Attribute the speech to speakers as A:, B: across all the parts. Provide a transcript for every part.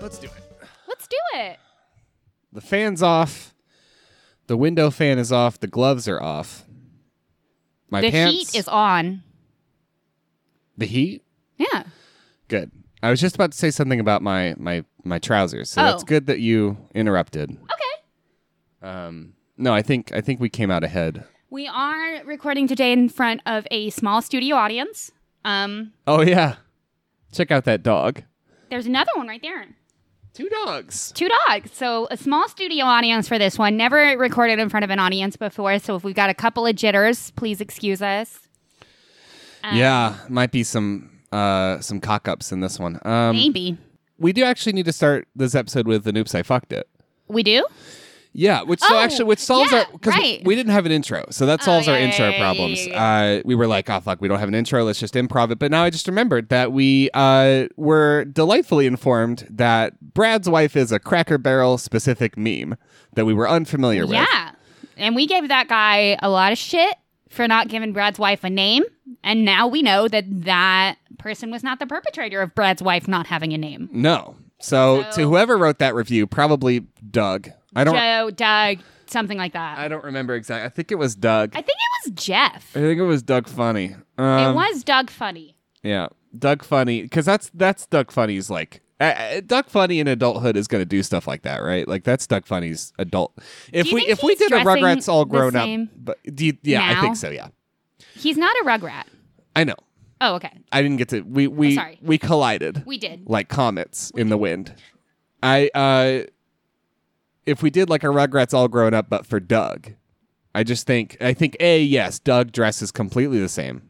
A: Let's do it.
B: Let's do it.
A: The fan's off. The window fan is off. The gloves are off. My
B: the
A: pants.
B: heat is on.
A: the heat.
B: Yeah.
A: Good. I was just about to say something about my my my trousers. So that's
B: Oh.
A: good that you interrupted.
B: Okay.
A: Um, no, I think I think we came out ahead.
B: We are recording today in front of a small studio audience. Um,
A: Oh yeah. Check out that dog.
B: there's another one right there.
A: Two dogs.
B: Two dogs. So a small studio audience for this one. Never recorded in front of an audience before. So if we've got a couple of jitters, please excuse us. Um,
A: yeah, might be some uh some cock ups in this one. Um,
B: Maybe.
A: we do actually need to start this episode with the noops I fucked it.
B: We do?
A: Yeah, which so
B: Oh,
A: actually which solves
B: yeah,
A: our because
B: right.
A: we didn't have an intro, so that solves
B: yeah,
A: our
B: yeah,
A: intro
B: yeah, yeah,
A: problems.
B: yeah,
A: Uh, we were like, oh fuck, we don't have an intro. Let's just improv it. But now I just remembered that we uh, were delightfully informed that Brad's wife is a Cracker Barrel specific meme that we were unfamiliar with.
B: Yeah. And we gave that guy a lot of shit for not giving Brad's wife a name. And now we know that that person was not the perpetrator of Brad's wife not having a name.
A: No. So,
B: So-
A: to whoever wrote that review, probably Doug. I don't.
B: Joe, Doug, something like that. I,
A: I don't remember exactly. I think it was Doug. I,
B: think it was Jeff.
A: think it was Doug Funny.
B: it
A: Um,
B: was Doug Funny.
A: Yeah, Doug Funny, because that's that's Doug Funny's like uh, uh, Doug Funny in adulthood is going to do stuff like that, right? Like that's Doug Funny's adult. If
B: you
A: we
B: think
A: if we
B: he's
A: did a
B: dressing
A: Rugrats all
B: the
A: grown up,
B: same
A: but do you, yeah, I
B: now?
A: think so. Yeah,
B: He's not a Rugrat.
A: I know.
B: Oh, okay.
A: I didn't get to we we
B: Oh, sorry.
A: we collided
B: We did.
A: like comets in the wind. I uh, if we did like a Rugrats all grown up, but for Doug, I just think I think a yes, Doug dresses completely the same.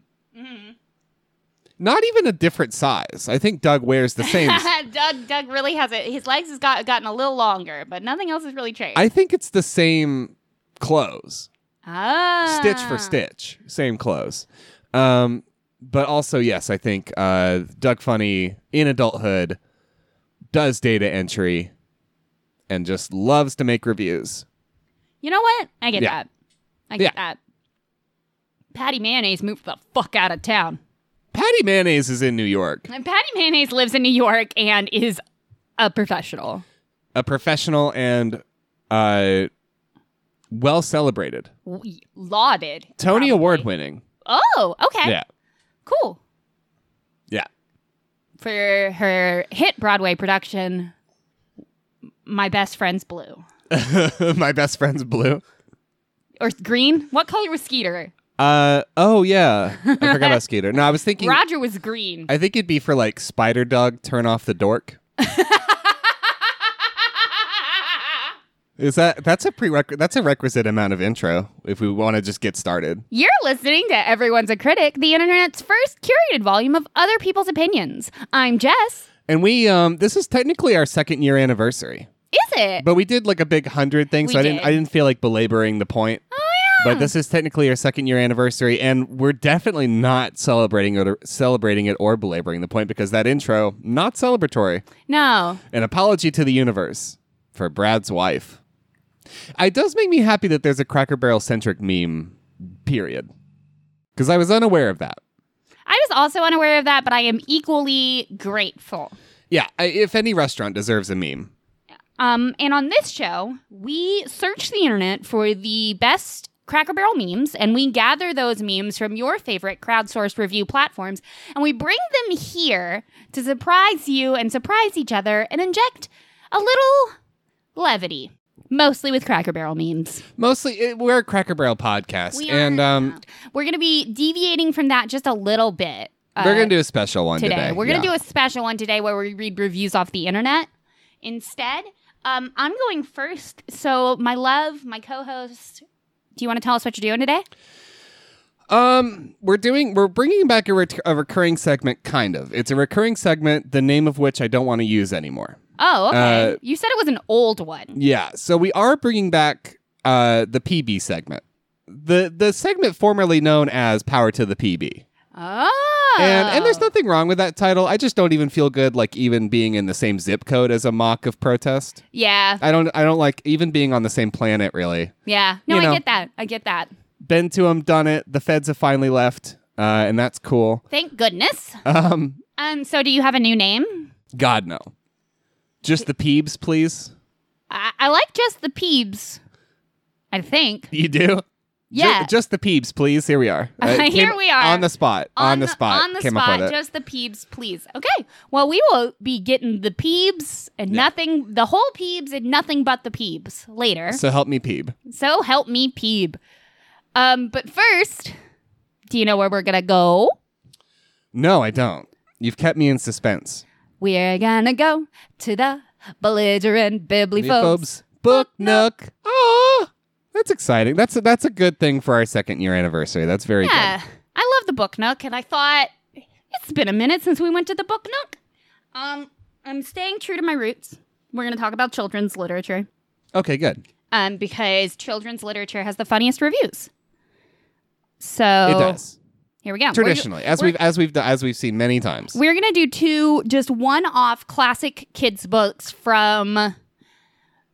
A: Not even a different size. I think Doug wears the same
B: Doug Doug really has it. His legs has got gotten a little longer, but nothing else has really changed.
A: I think it's the same clothes,
B: ah.
A: stitch for stitch, same clothes. Um, but also, yes, I think uh, Doug Funny in adulthood does data entry and just loves to make reviews.
B: You know what? I get
A: Yeah.
B: that. I get
A: Yeah.
B: that. Patty Mayonnaise moved the fuck out of town.
A: Patty Mayonnaise is in New York,
B: And Patty Mayonnaise lives in New York and is a professional.
A: a professional and uh, well celebrated,
B: We lauded.
A: Tony
B: probably.
A: Award winning.
B: Oh, okay.
A: Yeah,
B: Cool.
A: yeah.
B: For her hit Broadway production, My Best Friend's Blue.
A: My best friend's blue.
B: Or green? What color was Skeeter?
A: Uh oh yeah, I forgot about Skeeter. No, I was thinking
B: Roger was green.
A: I think it'd be for like Spider Dog turn off the dork. Is that that's a prerequisite that's a requisite amount of intro if we want to just get started.
B: You're listening to Everyone's a Critic, the internet's first curated volume of other people's opinions. I'm Jess.
A: And we um this is technically our second year anniversary.
B: Is it?
A: But we did like a big 100 thing so
B: We
A: I didn't
B: did.
A: I didn't feel like belaboring the point.
B: oh yeah.
A: But this is technically our second year anniversary and we're definitely not celebrating it or, celebrating it or belaboring the point because that intro not celebratory.
B: No.
A: An apology to the universe for Brad's wife. It does make me happy that there's a Cracker Barrel centric meme, period. Because I was unaware of that.
B: I was also unaware of that, but I am equally grateful.
A: Yeah, I, if any restaurant deserves a meme.
B: Um, and on this show, we search the internet for the best Cracker Barrel memes, and we gather those memes from your favorite crowdsourced review platforms, and we bring them here to surprise you and surprise each other and inject a little levity, mostly with Cracker Barrel memes.
A: Mostly, it, we're a Cracker Barrel podcast,
B: We are-
A: and um,
B: We're going to be deviating from that just a little bit. uh,
A: they're gonna do a special one today.
B: today. We're going to
A: yeah.
B: do a special one today where we read reviews off the internet instead. Um, I'm going first. So, my love, my co host, do you want to tell us what you're doing today?
A: Um, we're doing we're bringing back a, ret- a recurring segment, kind of. It's a recurring segment, the name of which I don't want to use anymore.
B: Oh, okay.
A: Uh,
B: you said it was an old one.
A: Yeah, so we are bringing back uh the PB segment, the the segment formerly known as Power to the PB.
B: Oh.
A: And and there's nothing wrong with that title. I just don't even feel good like even being in the same zip code as a mock of protest.
B: Yeah.
A: I don't I don't like even being on the same planet really.
B: Yeah. No,
A: You
B: I
A: know.
B: get that. I get that.
A: Been to 'em, done it. The feds have finally left, uh, and that's cool.
B: Thank goodness.
A: Um,
B: Um, so do you have a new name?
A: God no, just the peebs, please.
B: I, I like just the Peebs. I think.
A: You do? Ju-
B: Yeah.
A: just the peebs, please. Here we are. Uh, it
B: Here
A: came
B: we are.
A: On the spot. On, the, spot.
B: On the
A: came
B: spot.
A: Up with it.
B: Just the peebs, please. Okay. Well, we will be getting the peebs and nothing, the whole peebs and nothing but the peebs later. So,
A: So help me peeb.
B: help me peeb. Um, but first, do you know where we're gonna go?
A: No, I don't. You've kept me in suspense.
B: We're gonna go to the belligerent bibliophobes.
A: Phobes. Book Nook. Oh, that's exciting. That's a, that's a good thing for our second year anniversary. That's very
B: Yeah, I love the book nook, and I thought it's been a minute since we went to the book nook. Um, I'm staying true to my roots. We're gonna talk about children's literature.
A: good. Okay, good.
B: um, because children's literature has the funniest reviews. So
A: It does
B: here we go. We're-
A: traditionally, as
B: we're-
A: we've as we've do- as we've seen many times.
B: we're gonna do two just one-off classic kids books from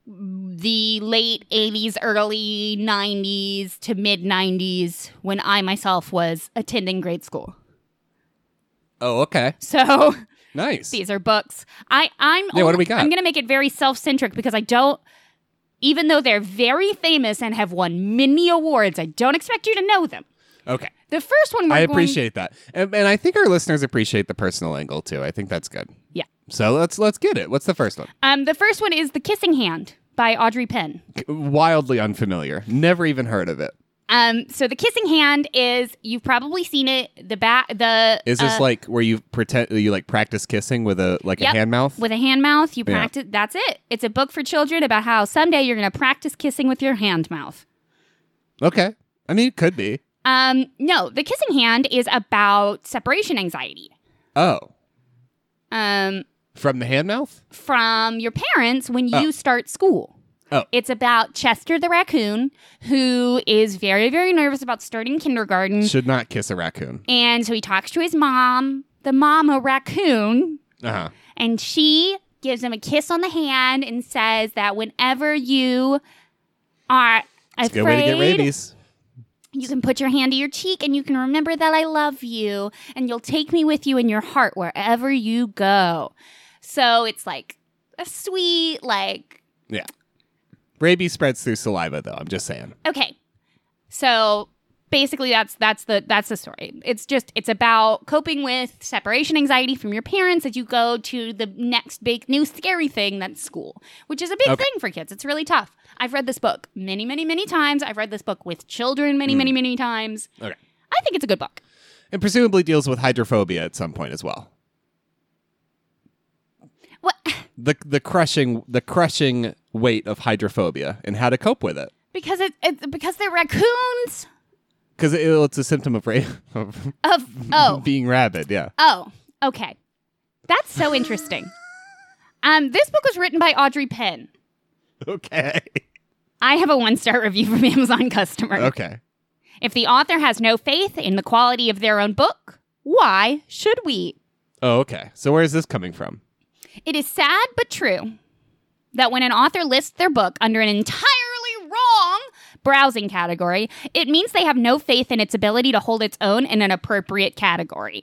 B: the late 80s early 90s to mid 90s when i myself was attending grade school
A: oh, okay,
B: so
A: nice.
B: these are books i i'm
A: Yeah, what do we got?
B: i'm gonna make it very self-centric because i don't even though they're very famous and have won many awards i don't expect you to know them
A: Okay,
B: The first one we're
A: I
B: going-
A: appreciate that, and, and I think our listeners appreciate the personal angle too. I think that's good.
B: Yeah.
A: So let's let's get it. What's the first one?
B: um, the first one is The Kissing Hand by Audrey Penn.
A: Wildly unfamiliar. Never even heard of it.
B: Um, so The Kissing Hand is you've probably seen it. The back, the
A: Is this
B: uh,
A: like where you pretend you like practice kissing with a like
B: Yep.
A: a hand mouth?
B: with a hand mouth. You
A: Yeah.
B: practice. That's it. It's a book for children about how someday you're going to practice kissing with your hand mouth.
A: okay. I mean, it could be.
B: Um, no, The Kissing Hand is about separation anxiety.
A: Oh,
B: Um,
A: from the hand mouth.
B: from your parents when you
A: Oh.
B: start school.
A: Oh.
B: It's about Chester the raccoon who is very, very nervous about starting kindergarten.
A: Should not kiss a raccoon.
B: And so he talks to his mom, the mom, a raccoon,
A: Uh huh.
B: and she gives him a kiss on the hand and says that whenever you are
A: It's a good way to get
B: afraid,
A: rabies.
B: you can put your hand to your cheek and you can remember that I love you and you'll take me with you in your heart wherever you go. So it's like a sweet, like,
A: Rabies spreads through saliva, though. I'm just saying.
B: okay. So basically that's that's the that's the story. It's just it's about coping with separation anxiety from your parents as you go to the next big new scary thing that's school, which is a big
A: Okay.
B: thing for kids. It's really tough. I've read this book many, many, many times. I've read this book with children many, many, many times.
A: Okay.
B: I think it's a good book.
A: And presumably deals with hydrophobia at some point as well.
B: What
A: The the crushing the crushing weight of hydrophobia and how to cope with it
B: because it, it because they're raccoons
A: because it, it's a symptom of, ra- of
B: of oh
A: being rabid. Yeah.
B: oh okay that's so interesting um this book was written by audrey penn
A: Okay.
B: i have a one-star review from amazon customer
A: okay.
B: if the author has no faith in the quality of their own book why should we
A: Oh, okay. So where is this coming from?
B: it is sad but true that when an author lists their book under an entirely wrong browsing category, it means they have no faith in its ability to hold its own in an appropriate category.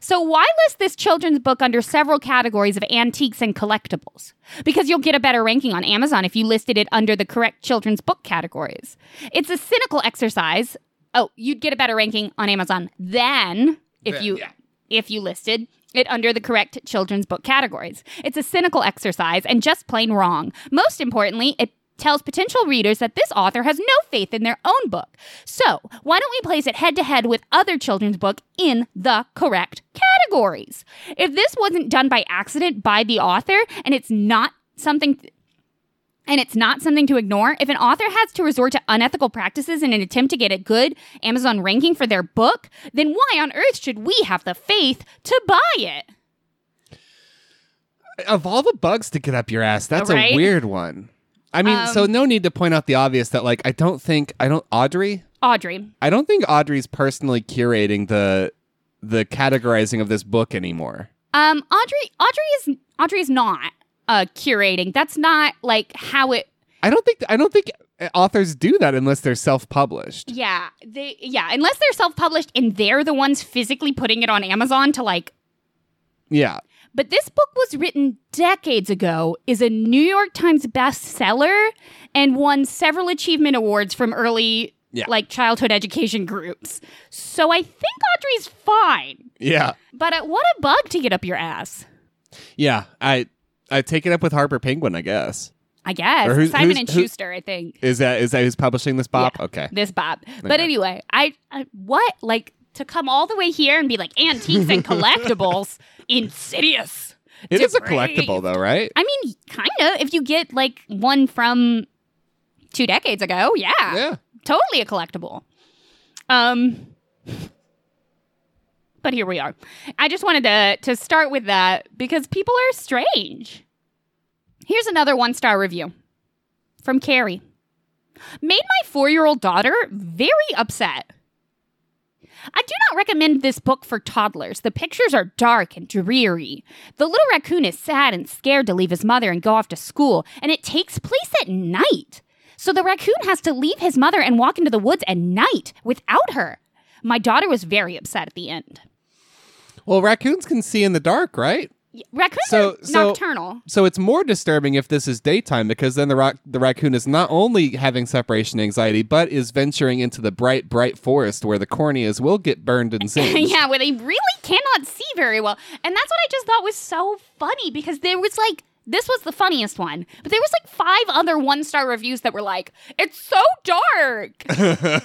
B: So, why list this children's book under several categories of antiques and collectibles? Because you'll get a better ranking on Amazon if you listed it under the correct children's book categories. It's a cynical exercise. Oh, you'd get a better ranking on Amazon than if
A: Than,
B: you
A: yeah.
B: if you listed it under the correct children's book categories. It's a cynical exercise and just plain wrong. Most importantly, it tells potential readers that this author has no faith in their own book. So, why don't we place it head to head with other children's book in the correct categories? If this wasn't done by accident by the author and it's not something and it's not something to ignore. If an author has to resort to unethical practices in an attempt to get a good Amazon ranking for their book, then why on earth should we have the faith to buy it?
A: Of all the bugs to get up your ass, that's
B: Right? Um,
A: a weird one. I mean, so no need to point out the obvious that like I don't think I don't Audrey.
B: Audrey,
A: I don't think Audrey's personally curating the the categorizing of this book anymore.
B: Um, Audrey, Audrey is Audrey is not uh curating. That's not like how it.
A: I don't think I don't think eh, authors do that unless they're self-published.
B: Yeah, they yeah. Unless they're self published and they're the ones physically putting it on Amazon to like.
A: Yeah.
B: But this book was written decades ago, is a New York Times bestseller, and won several achievement awards from early
A: Yeah.
B: like childhood education groups. So I think Audrey's fine.
A: Yeah.
B: But uh, what a bug to get up your ass.
A: Yeah. I I take it up with Harper Penguin, I guess.
B: I guess
A: Or who's-
B: Simon
A: who's-
B: and
A: who-
B: Schuster. I think.
A: Is that is that who's publishing this Bob? Okay.
B: this Bob. But anyway, I, I what like to come all the way here and be like antiques and collectibles insidious.
A: It is a
B: depraved."
A: collectible though, right?
B: I mean, kind of. If you get like one from two decades ago, yeah,
A: Yeah.
B: totally a collectible. Um. But here we are. I just wanted to to start with that because people are strange. Here's another one star review from Carrie. Made my four year old daughter very upset. I do not recommend this book for toddlers. The pictures are dark and dreary. The little raccoon is sad and scared to leave his mother and go off to school, and it takes place at night. So the raccoon has to leave his mother and walk into the woods at night without her. My daughter was very upset at the end.
A: Well, raccoons can see in the dark, right?
B: Y- Raccoons
A: So-
B: are
A: so-
B: nocturnal.
A: So it's more disturbing if this is daytime because then the rock, the raccoon is not only having separation anxiety but is venturing into the bright bright forest where the corneas will get burned and zinged.
B: yeah, where they really cannot see very well. And that's what I just thought was so funny because there was like this was the funniest one, but there was like five other one star reviews that were like, "It's so dark," and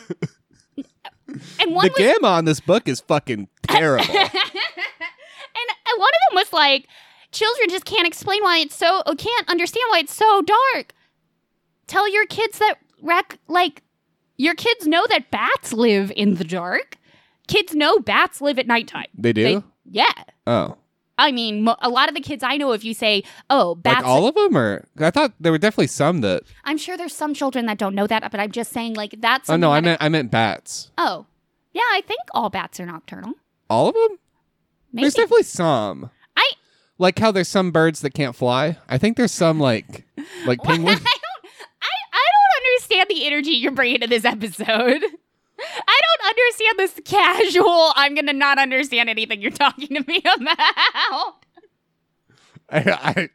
B: one
A: The
B: was, and
A: gamma on this book is fucking terrible.
B: and one of them was like, "Children just can't explain why it's so uh, can't understand why it's so dark." Tell your kids that rec like your kids know that bats live in the dark. Kids know bats live at nighttime.
A: they do?
B: They- yeah.
A: oh.
B: I mean, mo- a lot of the kids I know, if you say, oh, bats.
A: Like all of them or I thought there were definitely some that oh,
B: I'm sure there's some children that don't know that, but I'm just saying, like, that's.
A: Oh no,
B: something
A: I
B: that-
A: meant I meant bats.
B: Oh, yeah, I think all bats are nocturnal.
A: All of them?
B: Maybe.
A: There's definitely some.
B: I-
A: like how there's some birds that can't fly. I think there's some like like
B: I
A: penguins.
B: don't. I, I don't understand the energy you're bringing to this episode. I don't understand this casual. I'm gonna not understand anything you're talking to me about.
A: I, I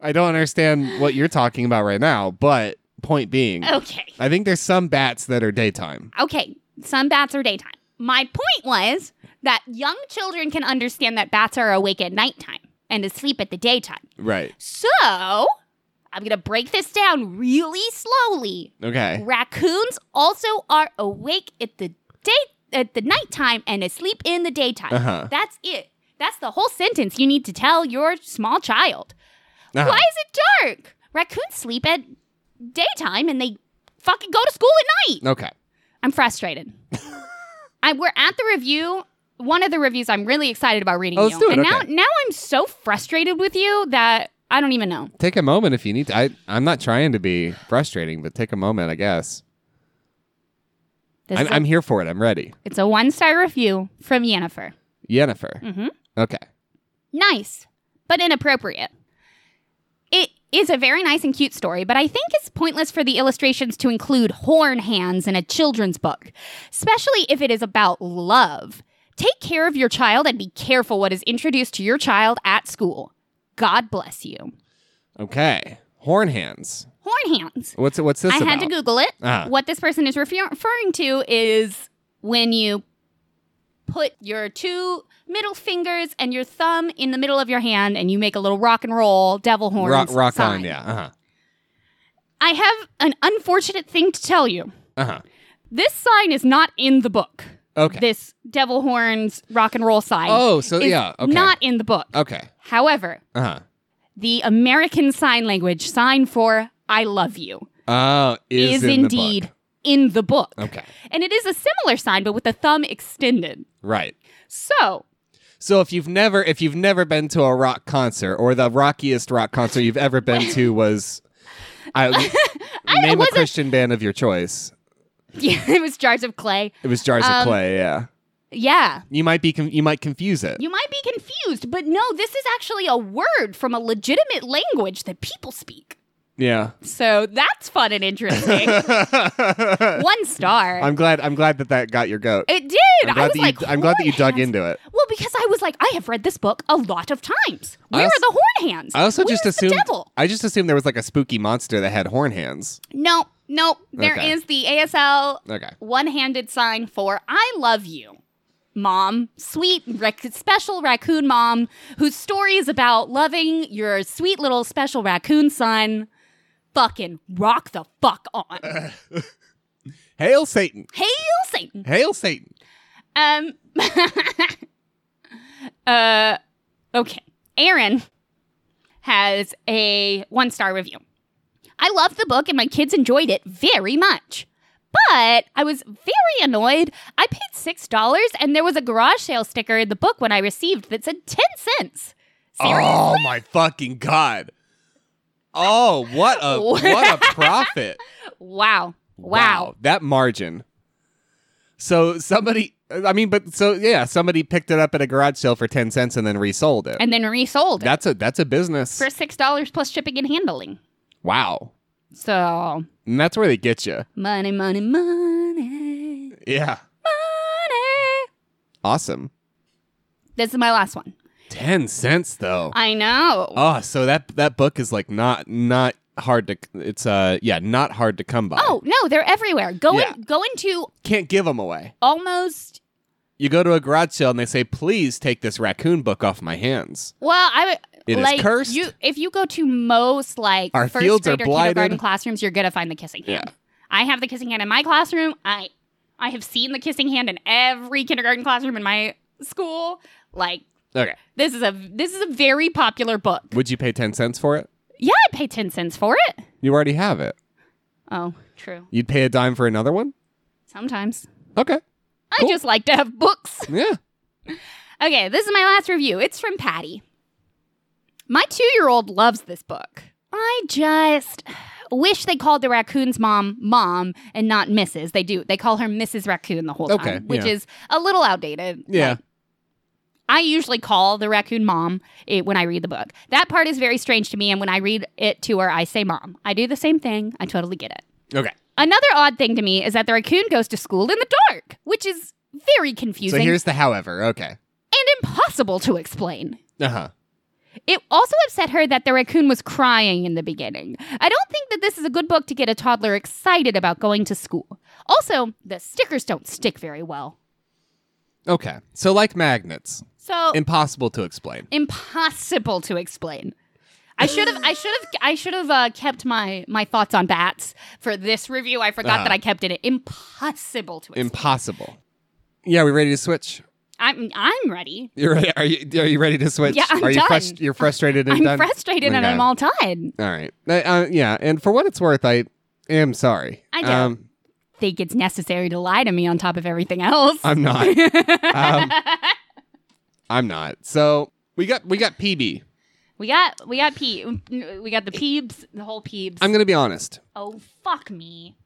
A: I don't understand what you're talking about right now, but point being,
B: Okay.
A: I think there's some bats that are daytime.
B: Okay, some bats are daytime. My point was that young children can understand that bats are awake at nighttime and asleep at the daytime.
A: Right.
B: So, I'm going to break this down really slowly.
A: Okay.
B: Raccoons also are awake at the day at the nighttime and asleep in the daytime.
A: Uh-huh.
B: That's it. That's the whole sentence you need to tell your small child.
A: Uh-huh.
B: Why is it dark? Raccoons sleep at daytime and they fucking go to school at night.
A: Okay.
B: I'm frustrated. I we're at the review. One of the reviews I'm really excited about reading.
A: Oh, let's
B: you.
A: do it,
B: And now
A: okay.
B: now I'm so frustrated with you that I don't even know.
A: Take a moment if you need to. I I'm not trying to be frustrating, but take a moment, I guess.
B: This
A: I'm,
B: is a-
A: I'm here for it. I'm ready.
B: it's a one star review from Yennefer.
A: Yennefer.
B: Mhm.
A: Okay.
B: Nice, but inappropriate. It is a very nice and cute story, but I think it's pointless for the illustrations to include horn hands in a children's book, especially if it is about love. Take care of your child and be careful what is introduced to your child at school. God bless you.
A: Okay. Horn hands.
B: horn hands.
A: What's what's this
B: I
A: about?
B: had to Google it.
A: Ah.
B: What this person is refer- referring to is when you put your two middle fingers and your thumb in the middle of your hand and you make a little rock and roll devil horns.
A: rock rock
B: sign.
A: on. Yeah. Uh-huh.
B: I have an unfortunate thing to tell you.
A: Uh-huh.
B: This sign is not in the book.
A: Okay.
B: This devil horns rock and roll sign.
A: oh, so
B: is
A: yeah. Okay.
B: Not in the book.
A: okay.
B: However,
A: Uh-huh.
B: the American Sign Language sign for I love you
A: Oh, is,
B: is,
A: in the book.
B: indeed in the book.
A: Okay.
B: And it is a similar sign, but with the thumb extended.
A: Right.
B: So
A: So if you've never if you've never been to a rock concert or the rockiest rock concert you've ever been to was I, name a
B: wasn't-
A: Christian band of your choice.
B: yeah, it was jars of clay.
A: It was Jars
B: Um,
A: of Clay, yeah.
B: Yeah.
A: You might be con- you might confuse it.
B: You might be confused, but no, this is actually a word from a legitimate language that people speak.
A: yeah.
B: So that's fun and interesting. One star.
A: I'm glad I'm glad that that got your goat.
B: it did.
A: I'm
B: I
A: glad
B: was
A: that you
B: like,
A: I'm glad that you dug
B: "Hornhands."
A: into it.
B: Well, because I was like, I have read this book a lot of times.
A: I
B: Where
A: als-
B: are the horn hands?
A: I also just
B: Where's the
A: assumed
B: devil?
A: I just assumed there was like a spooky monster that had horn hands.
B: No, no. There
A: Okay.
B: is the ASL
A: Okay.
B: one-handed sign for "I love you." Mom, sweet, rec- special raccoon mom, whose story is about loving your sweet little special raccoon son. Fucking rock the fuck on.
A: Hail Satan.
B: Hail Satan.
A: Hail Satan.
B: Um. uh. Okay. Aaron has a one star review. I loved the book and my kids enjoyed it very much. But I was very annoyed. I paid $6 and there was a garage sale sticker in the book when I received that said 10 cents. Seriously?
A: Oh my fucking god. Oh, what a what a profit.
B: Wow. Wow.
A: That margin. So somebody I mean but so yeah, somebody picked it up at a garage sale for 10 cents and then resold it.
B: And then resold it
A: that's a that's a business.
B: for $6 plus shipping and handling.
A: Wow.
B: So,
A: And that's where they get you.
B: money, money, money,
A: Yeah.
B: money.
A: Awesome.
B: This is my last one.
A: 10 cents though.
B: I know.
A: oh, so that that book is like not not hard to it's uh yeah, not hard to come by.
B: oh no, they're everywhere. Go
A: Yeah.
B: in, go into
A: Can't give them away.
B: almost.
A: You go to a garage sale and they say, "Please take this raccoon book off my hands."
B: Well, I
A: It
B: would
A: is
B: like
A: cursed.
B: you. If you go to most like
A: Our
B: first
A: fields are
B: grade or
A: blighted.
B: kindergarten classrooms, you're gonna find the kissing
A: Yeah.
B: hand. I have the kissing hand in my classroom. I I have seen the kissing hand in every kindergarten classroom in my school. Like
A: Okay.
B: this is a this is a very popular book.
A: Would you pay 10 cents for it?
B: Yeah, I pay ten cents for it.
A: You already have it.
B: Oh, true.
A: You'd pay a dime for another one?
B: Sometimes
A: Okay.
B: I
A: Cool.
B: just like to have books.
A: Yeah.
B: Okay, this is my last review. It's from Patty. My two year old loves this book. I just wish they called the raccoon's mom mom and not Mrs. They do. They call her Mrs. Raccoon the whole
A: Okay,
B: time, which
A: yeah.
B: is a little outdated.
A: Yeah.
B: Like, I usually call the raccoon mom eh, when I read the book. That part is very strange to me, and when I read it to her, I say mom. I do the same thing. I totally get it.
A: Okay.
B: Another odd thing to me is that the raccoon goes to school in the dark, which is very confusing
A: So here's the however. Okay.
B: and impossible to explain.
A: Uh huh.
B: It also upset her that the raccoon was crying in the beginning. I don't think that this is a good book to get a toddler excited about going to school. Also, the stickers don't stick very well.
A: Okay. So like magnets,
B: So
A: impossible to explain.
B: impossible to explain. I should have I should have I should have uh, kept my my thoughts on bats for this review. I forgot
A: Uh-huh.
B: that I kept it. Impossible to explain.
A: Impossible. Yeah, we ready to switch?
B: I'm I'm ready.
A: You're ready? Are you are you ready to switch?
B: Yeah, I'm
A: are you
B: done.
A: you're frustrated and
B: I'm
A: done?
B: frustrated and
A: Okay.
B: I'm all tired.
A: All right. Uh, uh, yeah, and for what it's worth, I am sorry. Um,
B: I do. Think it's necessary to lie to me on top of everything else.
A: I'm not. um, I'm not. So we got we got PB.
B: We got we got pee we got the peebs the whole peebs.
A: I'm gonna be honest.
B: oh fuck me!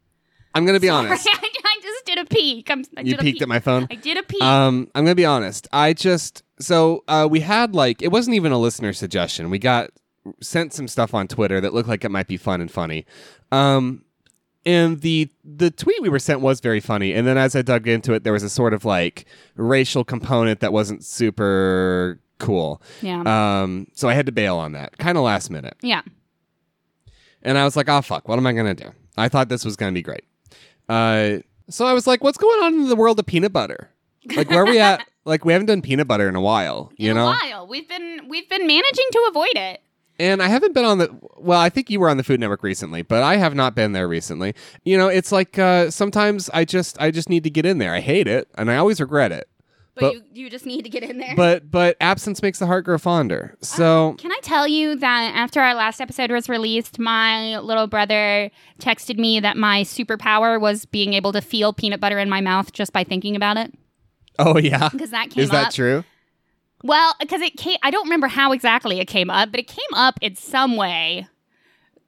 A: I'm gonna be
B: Sorry,
A: honest.
B: I, I just did a peek. I'm, I
A: You
B: did a
A: peeked
B: peek.
A: at my phone.
B: I did a peek.
A: Um, I'm gonna be honest. I just so uh, we had like it wasn't even a listener suggestion. We got sent some stuff on Twitter that looked like it might be fun and funny. Um, and the the tweet we were sent was very funny. And then as I dug into it, there was a sort of like racial component that wasn't super cool.
B: yeah,
A: Um, so I had to bail on that, kind of last minute.
B: yeah.
A: And I was like, oh, fuck, what am I going to do? I thought this was going to be great. Uh, so I was like, what's going on in the world of peanut butter? Like, where are we at? Like, we haven't done peanut butter in a while, you
B: In
A: know?
B: a while we've been we've been managing to avoid it.
A: And I haven't been on the, well, I think you were on the Food Network recently, but I have not been there recently. You know, it's like uh, sometimes I just, I just need to get in there. I hate it and I always regret it.
B: but,
A: But-
B: you, you just need to get in there.
A: But but absence makes the heart grow fonder. So
B: Can I tell you that after our last episode was released, my little brother texted me that my superpower was being able to feel peanut butter in my mouth just by thinking about it?
A: oh yeah,
B: Because that Ah. came
A: is that
B: up.
A: true?
B: Well, because it came, I don't remember how exactly it came up, but it came up in some way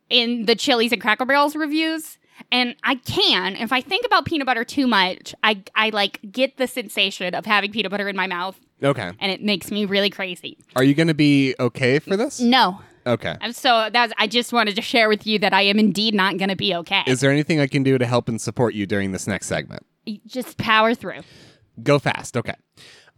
B: in the Chili's and Cracker Barrels reviews. And I can, if I think about peanut butter too much, I, I like get the sensation of having peanut butter in my mouth
A: Okay.
B: and it makes me really crazy.
A: Are you going to be okay for this?
B: No.
A: Okay.
B: I'm so that's I just wanted to share with you that I am indeed not going to be okay.
A: Is there anything I can do to help and support you during this next segment?
B: just power through.
A: Go fast. Okay.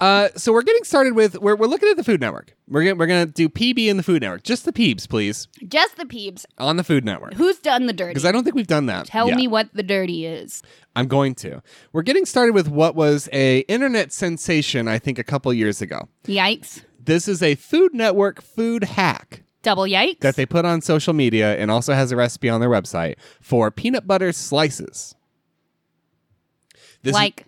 A: Uh, so we're getting started with we're, we're looking at the Food Network. We're gonna, we're gonna do PB and the Food Network. Just the peebs, please,
B: Just the peeps.
A: on the Food Network.
B: Who's done the dirty?
A: Because I don't think we've done that.
B: Tell
A: yet.
B: me what the dirty is.
A: I'm going to. We're getting started with what was a internet sensation, I think, a couple years ago.
B: Yikes.
A: This is a Food Network food hack
B: Double yikes.
A: that they put on social media and also has a recipe on their website for peanut butter slices. This is,
B: like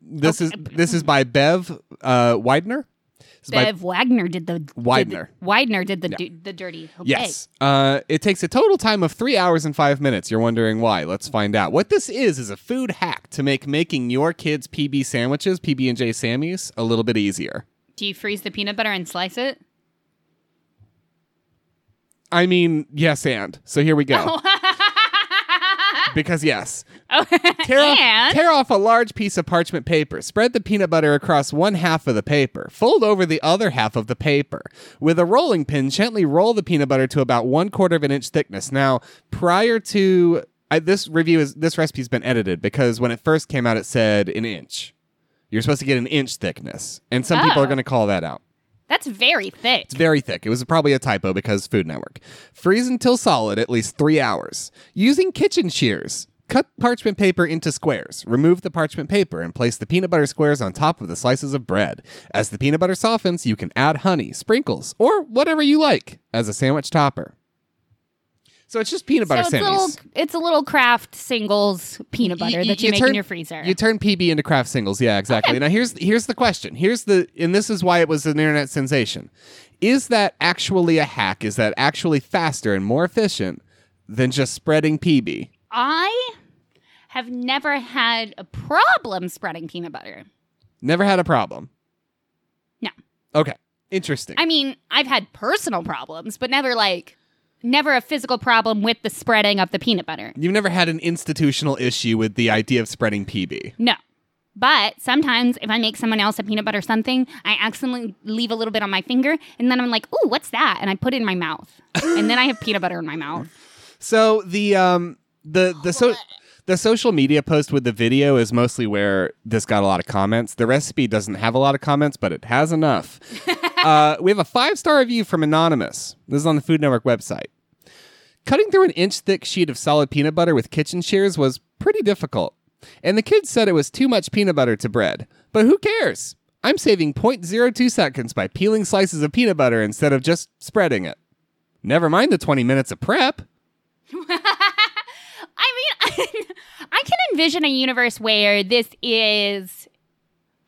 A: this is this is by Bev uh, Widener. This is by-
B: Bev Wagner did the did the-
A: Widener.
B: Widener did the du- the dirty. Okay.
A: Yes. Uh, it takes a total time of three hours and five minutes. You're wondering why. Let's find out. What this is is a food hack to make making your kids' PB sandwiches, PB and J Sammys, a little bit easier.
B: Do you freeze the peanut butter and slice it?
A: I mean, yes, and so here we go. because yes,
B: Oh,
A: tear off,
B: and
A: tear off a large piece of parchment paper. Spread the peanut butter across one half of the paper. Fold over the other half of the paper. With a rolling pin, gently roll the peanut butter to about one quarter of an inch thickness. Now, prior to I, this review is this recipe's been edited because when it first came out, it said an inch. You're supposed to get an inch thickness, and some people
B: Oh.
A: are going to call that out.
B: that's very thick.
A: It's very thick. It was probably a typo because Food Network. Freeze until solid, at least three hours. Using kitchen shears, cut parchment paper into squares. Remove the parchment paper and place the peanut butter squares on top of the slices of bread. As the peanut butter softens, you can add honey, sprinkles, or whatever you like as a sandwich topper. So it's just peanut
B: So
A: butter
B: it's a
A: sandwiches.
B: little it's a little craft singles peanut
A: Y-
B: butter
A: y-
B: that you, make
A: turn-
B: in your freezer.
A: You turn PB into craft singles. Yeah, exactly. Now here's here's the question. Here's the and this is why it was an internet sensation. Is that actually a hack? Is that actually faster and more efficient than just spreading PB?
B: I have never had a problem spreading peanut butter.
A: Never had a problem.
B: No.
A: Okay. Interesting.
B: I mean, I've had personal problems, but never like never a physical problem with the spreading of the peanut butter.
A: You've never had an institutional issue with the idea of spreading PB.
B: No. But sometimes if I make someone else a peanut butter something, I accidentally leave a little bit on my finger and then I'm like, "Ooh, what's that?" and I put it in my mouth. and then I have peanut butter in my mouth.
A: So the um the the so the social media post with the video is mostly where this got a lot of comments. The recipe doesn't have a lot of comments, but it has enough. uh, we have a five star review from anonymous. This is on the Food Network website. Cutting through an inch thick sheet of solid peanut butter with kitchen shears was pretty difficult, and the kids said it was too much peanut butter to bread. But who cares? I'm saving 0.02 seconds by peeling slices of peanut butter instead of just spreading it. Never mind the 20 minutes of prep.
B: I mean, I can envision a universe where this is.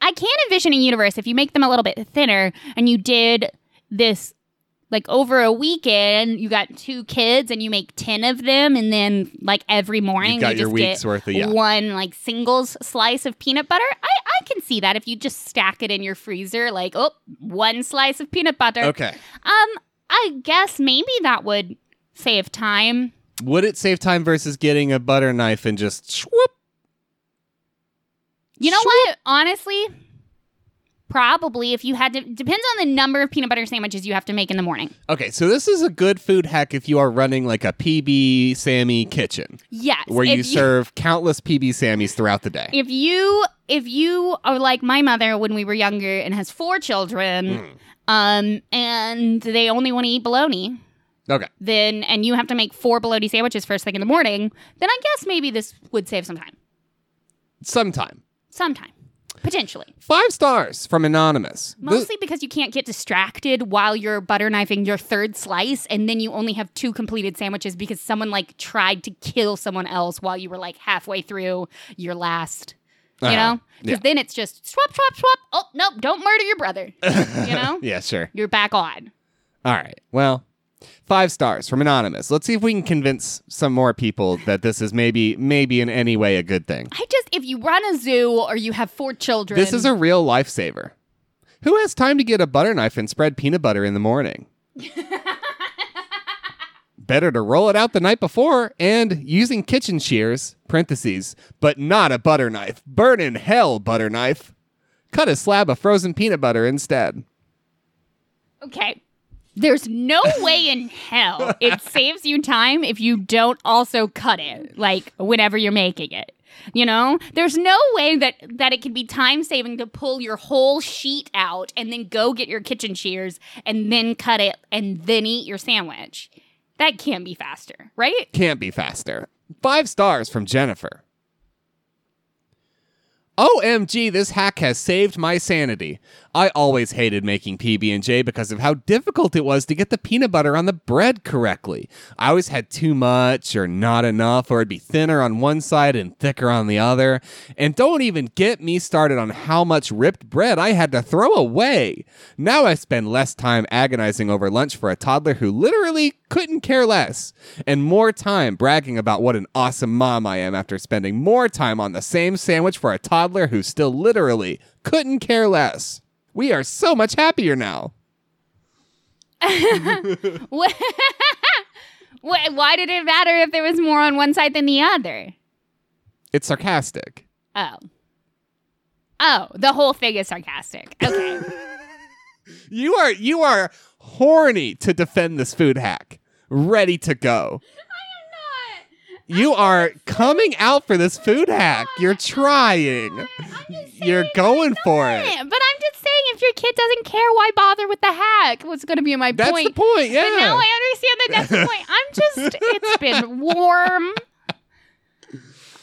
B: I can envision a universe if you make them a little bit thinner and you did this like over a weekend, you got two kids and you make 10 of them, and then like every morning,
A: You've got
B: you
A: your
B: just
A: week's
B: get
A: worth of- yeah.
B: one like singles slice of peanut butter. I, I can see that if you just stack it in your freezer, like, oh, one slice of peanut butter.
A: Okay.
B: Um, I guess maybe that would save time.
A: Would it save time versus getting a butter knife and just swoop?
B: You know what? Honestly, probably if you had to depends on the number of peanut butter sandwiches you have to make in the morning.
A: Okay, so this is a good food hack if you are running like a PB Sammy kitchen
B: Yes.
A: where
B: if
A: you serve countless PB Sammys throughout the day.
B: if you if you are like my mother when we were younger and has four
A: Hmm.
B: children, um, and they only want to eat bologna,
A: Okay.
B: then and you have to make four bologna sandwiches first thing in the morning, then I guess maybe this would save some time.
A: Sometime.
B: Sometime. Potentially.
A: Five stars from Anonymous. Th-
B: Mostly because you can't get distracted while you're butter knifing your third slice, and then you only have two completed sandwiches because someone like tried to kill someone else while you were like halfway through your last You
A: Uh-huh. Yeah.
B: know? Because then it's just swap, swap, swap. Oh, nope, don't murder your brother. you know?
A: yeah, sure.
B: You're back on.
A: All right. Well, five stars from anonymous. Let's see if we can convince some more people that this is maybe maybe in any way a good thing.
B: I just, if you run a zoo or you have four children,
A: This is a real lifesaver. Who has time to get a butter knife and spread peanut butter in the morning? Better to roll it out the night before and using kitchen shears, parentheses, but not a butter knife. Burn in hell, butter knife. Cut a slab of frozen peanut butter instead.
B: Okay. There's no way in hell it saves you time if you don't also cut it, like whenever you're making it. You know, there's no way that that it can be time saving to pull your whole sheet out and then go get your kitchen shears and then cut it and then eat your sandwich. That can't be faster, right?
A: Can't be faster. Five stars from Jennifer. OMG, this hack has saved my sanity. I always hated making PB&J because of how difficult it was to get the peanut butter on the bread correctly. I always had too much or not enough or it'd be thinner on one side and thicker on the other. And don't even get me started on how much ripped bread I had to throw away. Now I spend less time agonizing over lunch for a toddler who literally couldn't care less and more time bragging about what an awesome mom I am after spending more time on the same sandwich for a toddler who still literally couldn't care less. We are so much happier now.
B: Wh- Wh- Why did it matter if there was more on one side than the other?
A: It's sarcastic.
B: Oh. Oh, the whole thing is sarcastic. Okay.
A: You are you are horny to defend this food hack. Ready to go. You are coming out for this food hack. You're trying. You're going for it.
B: But I'm just saying, if your kid doesn't care, why bother with the hack? What's going to be my
A: That's
B: point?
A: the point. Yeah.
B: But now I understand that that's the point. I'm just, it's been warm.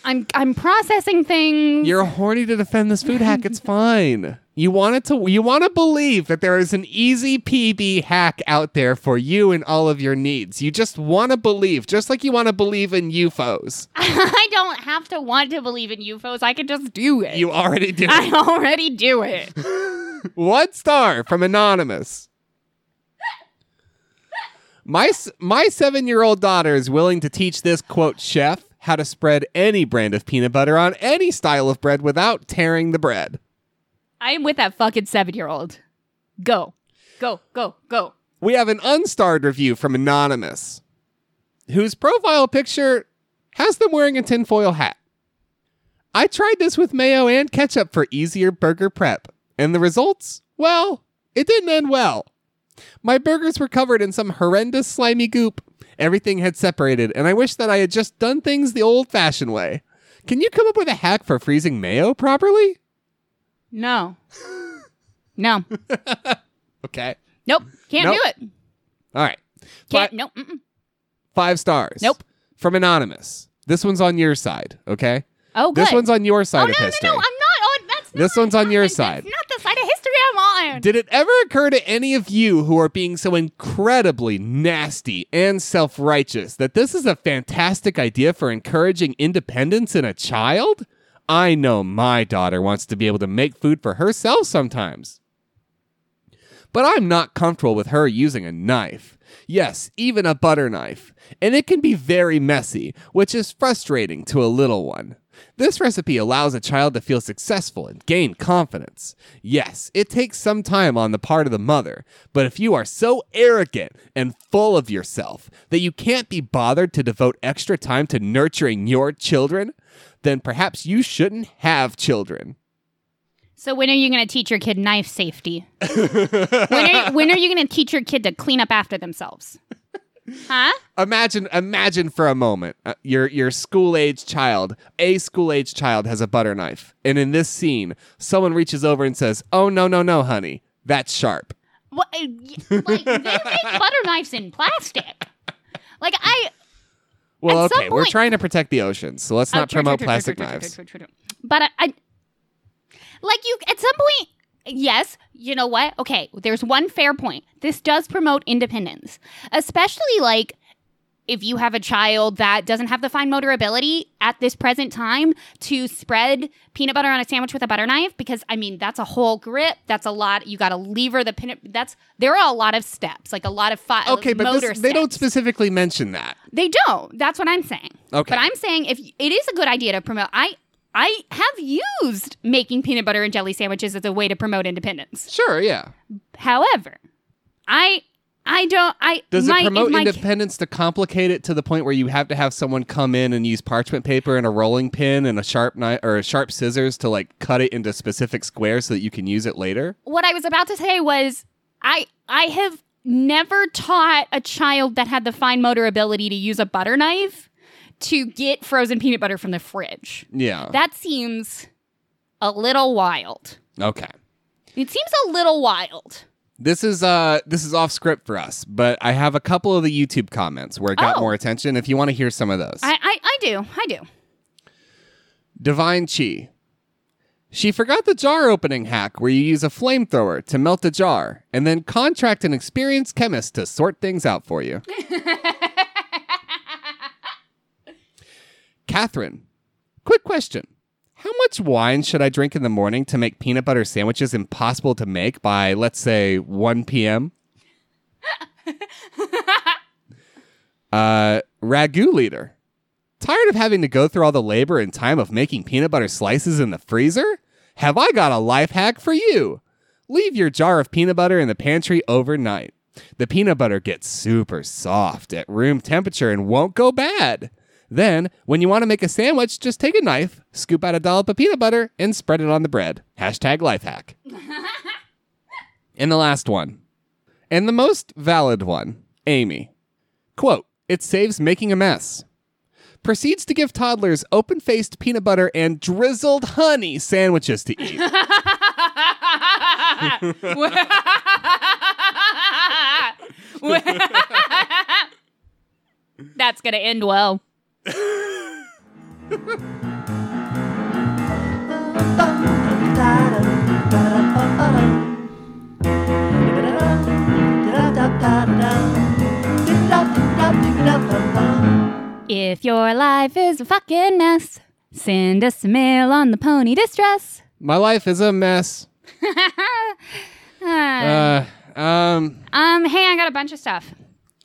B: I'm I'm processing things.
A: You're horny to defend this food hack. It's fine. You want it to. You want to believe that there is an easy PB hack out there for you and all of your needs. You just want to believe, just like you want to believe in UFOs.
B: I don't have to want to believe in UFOs. I can just do it.
A: You already do.
B: I already do it.
A: One star from anonymous. My s- my seven year old daughter is willing to teach this quote chef how to spread any brand of peanut butter on any style of bread without tearing the bread.
B: I am with that fucking seven year old. Go, go, go, go.
A: We have an unstarred review from Anonymous, whose profile picture has them wearing a tinfoil hat. I tried this with mayo and ketchup for easier burger prep, and the results? Well, it didn't end well. My burgers were covered in some horrendous slimy goop. Everything had separated, and I wish that I had just done things the old fashioned way. Can you come up with a hack for freezing mayo properly?
B: No, no,
A: Okay.
B: nope, can't
A: Nope.
B: do it.
A: All right.
B: Can't.
A: Fi-
B: nope. Mm-mm.
A: Five stars.
B: Nope.
A: From Anonymous. This one's on your side, okay?
B: Oh, good.
A: This one's on your
B: Oh
A: side
B: no,
A: of
B: no,
A: history.
B: no! I'm not on. That's not,
A: This one's on your
B: that's
A: side.
B: not the side of history I'm on.
A: Did it ever occur to any of you who are being so incredibly nasty and self righteous that this is a fantastic idea for encouraging independence in a child? I know my daughter wants to be able to make food for herself sometimes. But I'm not comfortable with her using a knife. Yes, even a butter knife. And it can be very messy, which is frustrating to a little one. This recipe allows a child to feel successful and gain confidence. Yes, it takes some time on the part of the mother, but if you are so arrogant and full of yourself that you can't be bothered to devote extra time to nurturing your children, then perhaps you shouldn't have children.
B: So when are you going to teach your kid knife safety? when are when are you going to teach your kid to clean up after themselves? Huh?
A: imagine imagine for a moment uh, your your school age child a school age child has a butter knife and in this scene someone reaches over and says oh no no no honey that's sharp
B: What, uh, y- like they make butter knives in plastic. Like I
A: well
B: At some
A: okay we're
B: point-
A: trying to protect the oceans so let's
B: Oh,
A: not
B: true, true,
A: promote
B: true,
A: plastic
B: true, true, true,
A: knives
B: true, true, true, true. But I, I, like you, at some point, yes, you know what? Okay, there's one fair point. This does promote independence, especially like if you have a child that doesn't have the fine motor ability at this present time to spread peanut butter on a sandwich with a butter knife because i mean that's a whole grip that's a lot you got to lever the peanut that's there are a lot of steps like a lot of fi-
A: Okay, but
B: motor
A: this, they don't
B: steps.
A: specifically mention that.
B: They don't. That's what I'm saying.
A: Okay.
B: But I'm saying if it is a good idea to promote, I I have used making peanut butter and jelly sandwiches as a way to promote independence.
A: Sure, yeah.
B: However, I I don't I
A: Does
B: my,
A: it
B: if
A: promote
B: my ki-
A: independence to complicate it to the point where you have to have someone come in and use parchment paper and a rolling pin and a sharp knife or a sharp scissors to like cut it into specific squares so that you can use it later?
B: What I was about to say was I I have never taught a child that had the fine motor ability to use a butter knife to get frozen peanut butter from the fridge.
A: Yeah.
B: That seems a little wild.
A: okay.
B: It seems a little wild.
A: This is uh this is off script for us, but I have a couple of the YouTube comments where it got
B: Oh.
A: more attention if you want to hear some of those.
B: I, I, I do. I do.
A: Divine Chi. She forgot the jar opening hack where you use a flamethrower to melt a jar and then contract an experienced chemist to sort things out for you. Catherine, quick question. How much wine should I drink in the morning to make peanut butter sandwiches impossible to make by, let's say, 1 p.m.? uh, Ragu Leader. Tired of having to go through all the labor and time of making peanut butter slices in the freezer? Have I got a life hack for you? Leave your jar of peanut butter in the pantry overnight. The peanut butter gets super soft at room temperature and won't go bad. Then, when you want to make a sandwich, just take a knife, scoop out a dollop of peanut butter, and spread it on the bread. Hashtag life hack. and the last one, and the most valid one, Amy. Quote, it saves making a mess proceeds to give toddlers open faced peanut butter and drizzled honey sandwiches to eat.
B: That's going to end well. If your life is a fucking mess, send us a mail on the pony distress.
A: My life is a mess. Uh, um,
B: Um, hey, I got a bunch of stuff.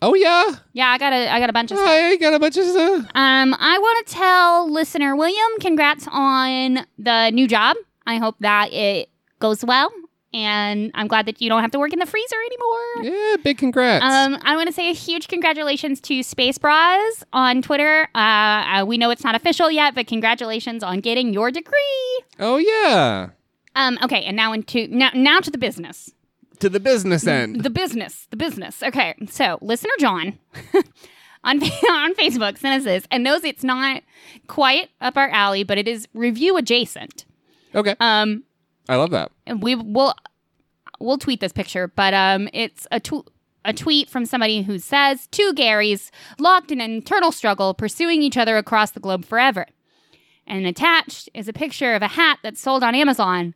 A: oh, yeah.
B: Yeah, I got a, I got a bunch of stuff.
A: I got a bunch of stuff.
B: Um, I want to tell listener William, congrats on the new job. I hope that it goes well, and I'm glad that you don't have to work in the freezer anymore.
A: Yeah, big congrats.
B: Um, I want to say a huge congratulations to Space Bras on Twitter. Uh, uh, we know it's not official yet, but congratulations on getting your degree.
A: oh, yeah.
B: Um, okay, and now into now now to the business.
A: To the business end.
B: The business. The business. Okay. So, listener John on, on Facebook sent us this and knows it's not quite up our alley, but it is review adjacent.
A: Okay.
B: Um,
A: I love that.
B: and we will we'll tweet this picture, but um, it's a tw- a tweet from somebody who says two Garys locked in an internal struggle, pursuing each other across the globe forever. And attached is a picture of a hat that's sold on Amazon,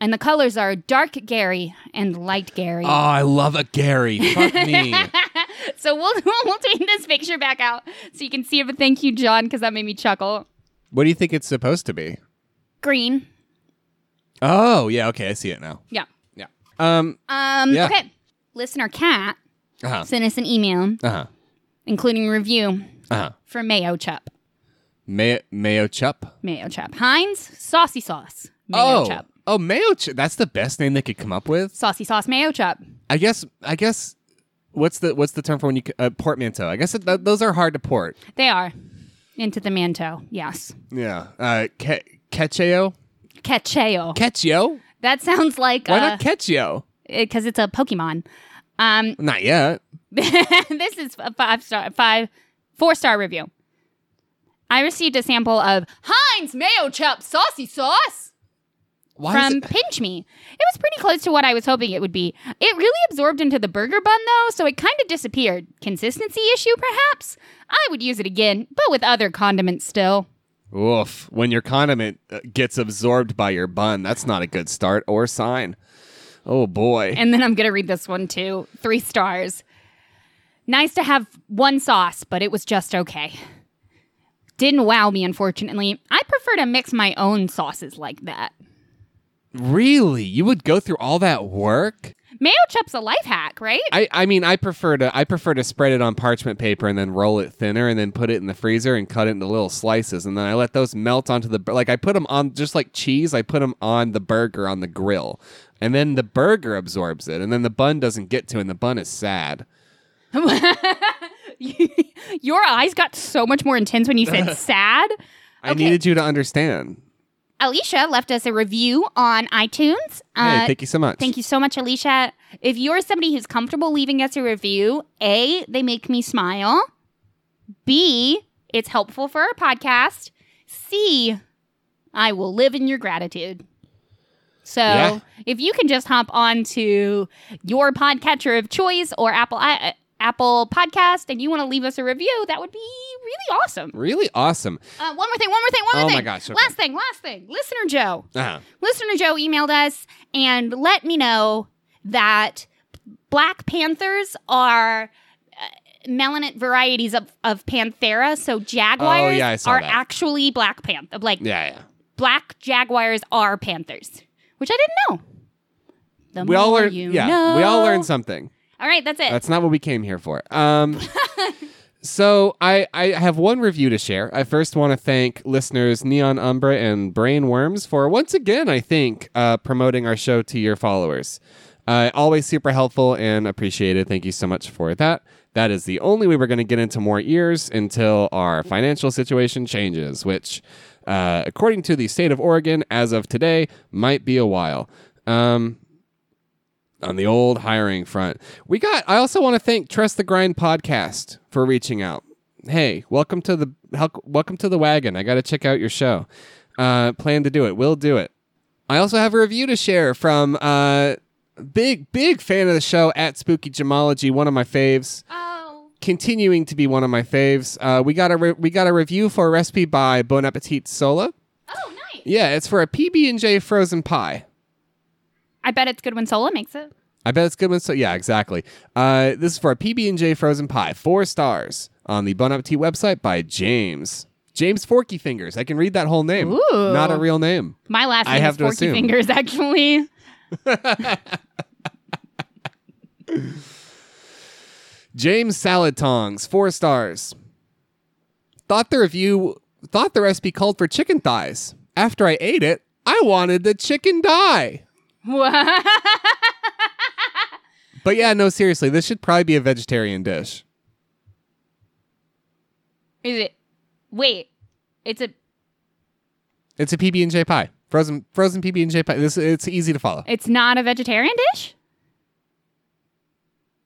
B: and the colors are dark Gary and light Gary.
A: Oh, I love a Gary. Fuck me.
B: So we'll we'll take this picture back out so you can see it. But thank you, John, because that made me chuckle.
A: What do you think it's supposed to be?
B: Green.
A: Oh, yeah. Okay. I see it now.
B: Yeah.
A: Yeah. Um,
B: Um.
A: Yeah.
B: Okay. Listener Cat
A: uh huh.
B: sent us an email,
A: Uh huh.
B: including a review
A: Uh huh.
B: for Mayo Chup.
A: Mayo, mayo chup.
B: Mayo Chup. Heinz saucy sauce. Mayo
A: Oh.
B: Chup.
A: Oh, mayo chup. That's the best name they could come up with.
B: Saucy sauce mayo chup.
A: I guess. I guess. What's the what's the term for when you c- uh, portmanteau? I guess it, th- those are hard to port.
B: They are into the manto. Yes.
A: Yeah. Uh, ke- Quecheo.
B: Cacheo.
A: Quecheo.
B: That sounds like
A: Why not Quecheo?
B: because it's a Pokemon. Um.
A: Not yet.
B: this is a five star five four star review. I received a sample of Heinz Mayo Chup Saucy Sauce
A: Why
B: from
A: is it?
B: Pinch Me. It was pretty close to what I was hoping it would be. It really absorbed into the burger bun though, so it kind of disappeared. Consistency issue, perhaps? I would use it again, but with other condiments still.
A: Oof. When your condiment uh, gets absorbed by your bun, that's not a good start or sign. Oh boy.
B: And then I'm going to read this one too. Three stars. Nice to have one sauce, but it was just okay. Didn't wow me, unfortunately. I prefer to mix my own sauces like that.
A: Really? You would go through all that work?
B: Mayo chup's a life hack, right?
A: I, I mean I prefer to I prefer to spread it on parchment paper and then roll it thinner and then put it in the freezer and cut it into little slices and then I let those melt onto the bur- like I put them on just like cheese I put them on the burger on the grill and then the burger absorbs it and then the bun doesn't get to and the bun is sad.
B: Your eyes got so much more intense when you said sad.
A: I needed you to understand.
B: Alicia left us a review on iTunes.
A: Hey,
B: Uh,
A: thank you so much.
B: Thank you so much, Alicia. If you're somebody who's comfortable leaving us a review, A, they make me smile. B, it's helpful for our podcast. C, I will live in your gratitude. So
A: Yeah.
B: if you can just hop on to your podcatcher of choice or Apple I- uh, Apple Podcast and you want to leave us a review, that would be really awesome.
A: Really awesome.
B: Uh, one more thing, one more thing, one more
A: Oh my
B: thing.
A: gosh, okay.
B: Last thing, last thing. Listener Joe.
A: Uh-huh.
B: Listener Joe emailed us and let me know that Black Panthers are uh, melanin varieties of, of Panthera. So jaguars
A: Oh, yeah, I saw
B: are
A: that.
B: actually Black Panther. Like
A: Yeah, yeah.
B: black jaguars are panthers, which I didn't know. The
A: We all
B: more
A: learned
B: you
A: yeah, we all
B: know.
A: learned something.
B: All right, that's it.
A: That's not what we came here for. Um, so I, I have one review to share. I first want to thank listeners Neon Umbra and Brain Worms for once again, I think, uh, promoting our show to your followers. Uh, always super helpful and appreciated. Thank you so much for that. That is the only way we're going to get into more ears until our financial situation changes, which, uh, according to the state of Oregon, as of today, might be a while. Um, on the old hiring front. We got I also want to thank Trust the Grind podcast for reaching out. Hey, welcome to the hel- welcome to the wagon. I got to check out your show. Uh plan to do it. We'll do it. I also have a review to share from uh big big fan of the show at Spooky Gemology, one of my faves
B: oh,
A: continuing to be one of my faves. Uh, we got a re- we got a review for a recipe by Bon Appetit Sola.
B: oh, nice.
A: Yeah, it's for a PB and J frozen pie.
B: I bet it's good when Sola makes it.
A: I bet it's good one. So yeah, exactly. Uh, this is for a PB and J frozen pie, four stars on the Bon Appetit website by James James Forky Fingers. I can read that whole name.
B: Ooh.
A: Not a real name.
B: My last
A: I
B: name
A: have
B: is
A: to
B: Forky
A: assume.
B: Fingers, actually.
A: James Salad Tongs, four stars. Thought the review thought the recipe called for chicken thighs. After I ate it, I wanted the chicken die. But yeah, no, seriously, this should probably be a vegetarian dish.
B: Is it? Wait, it's a
A: It's a PB and J pie, frozen frozen PB and J pie. This it's easy to follow.
B: It's not a vegetarian dish?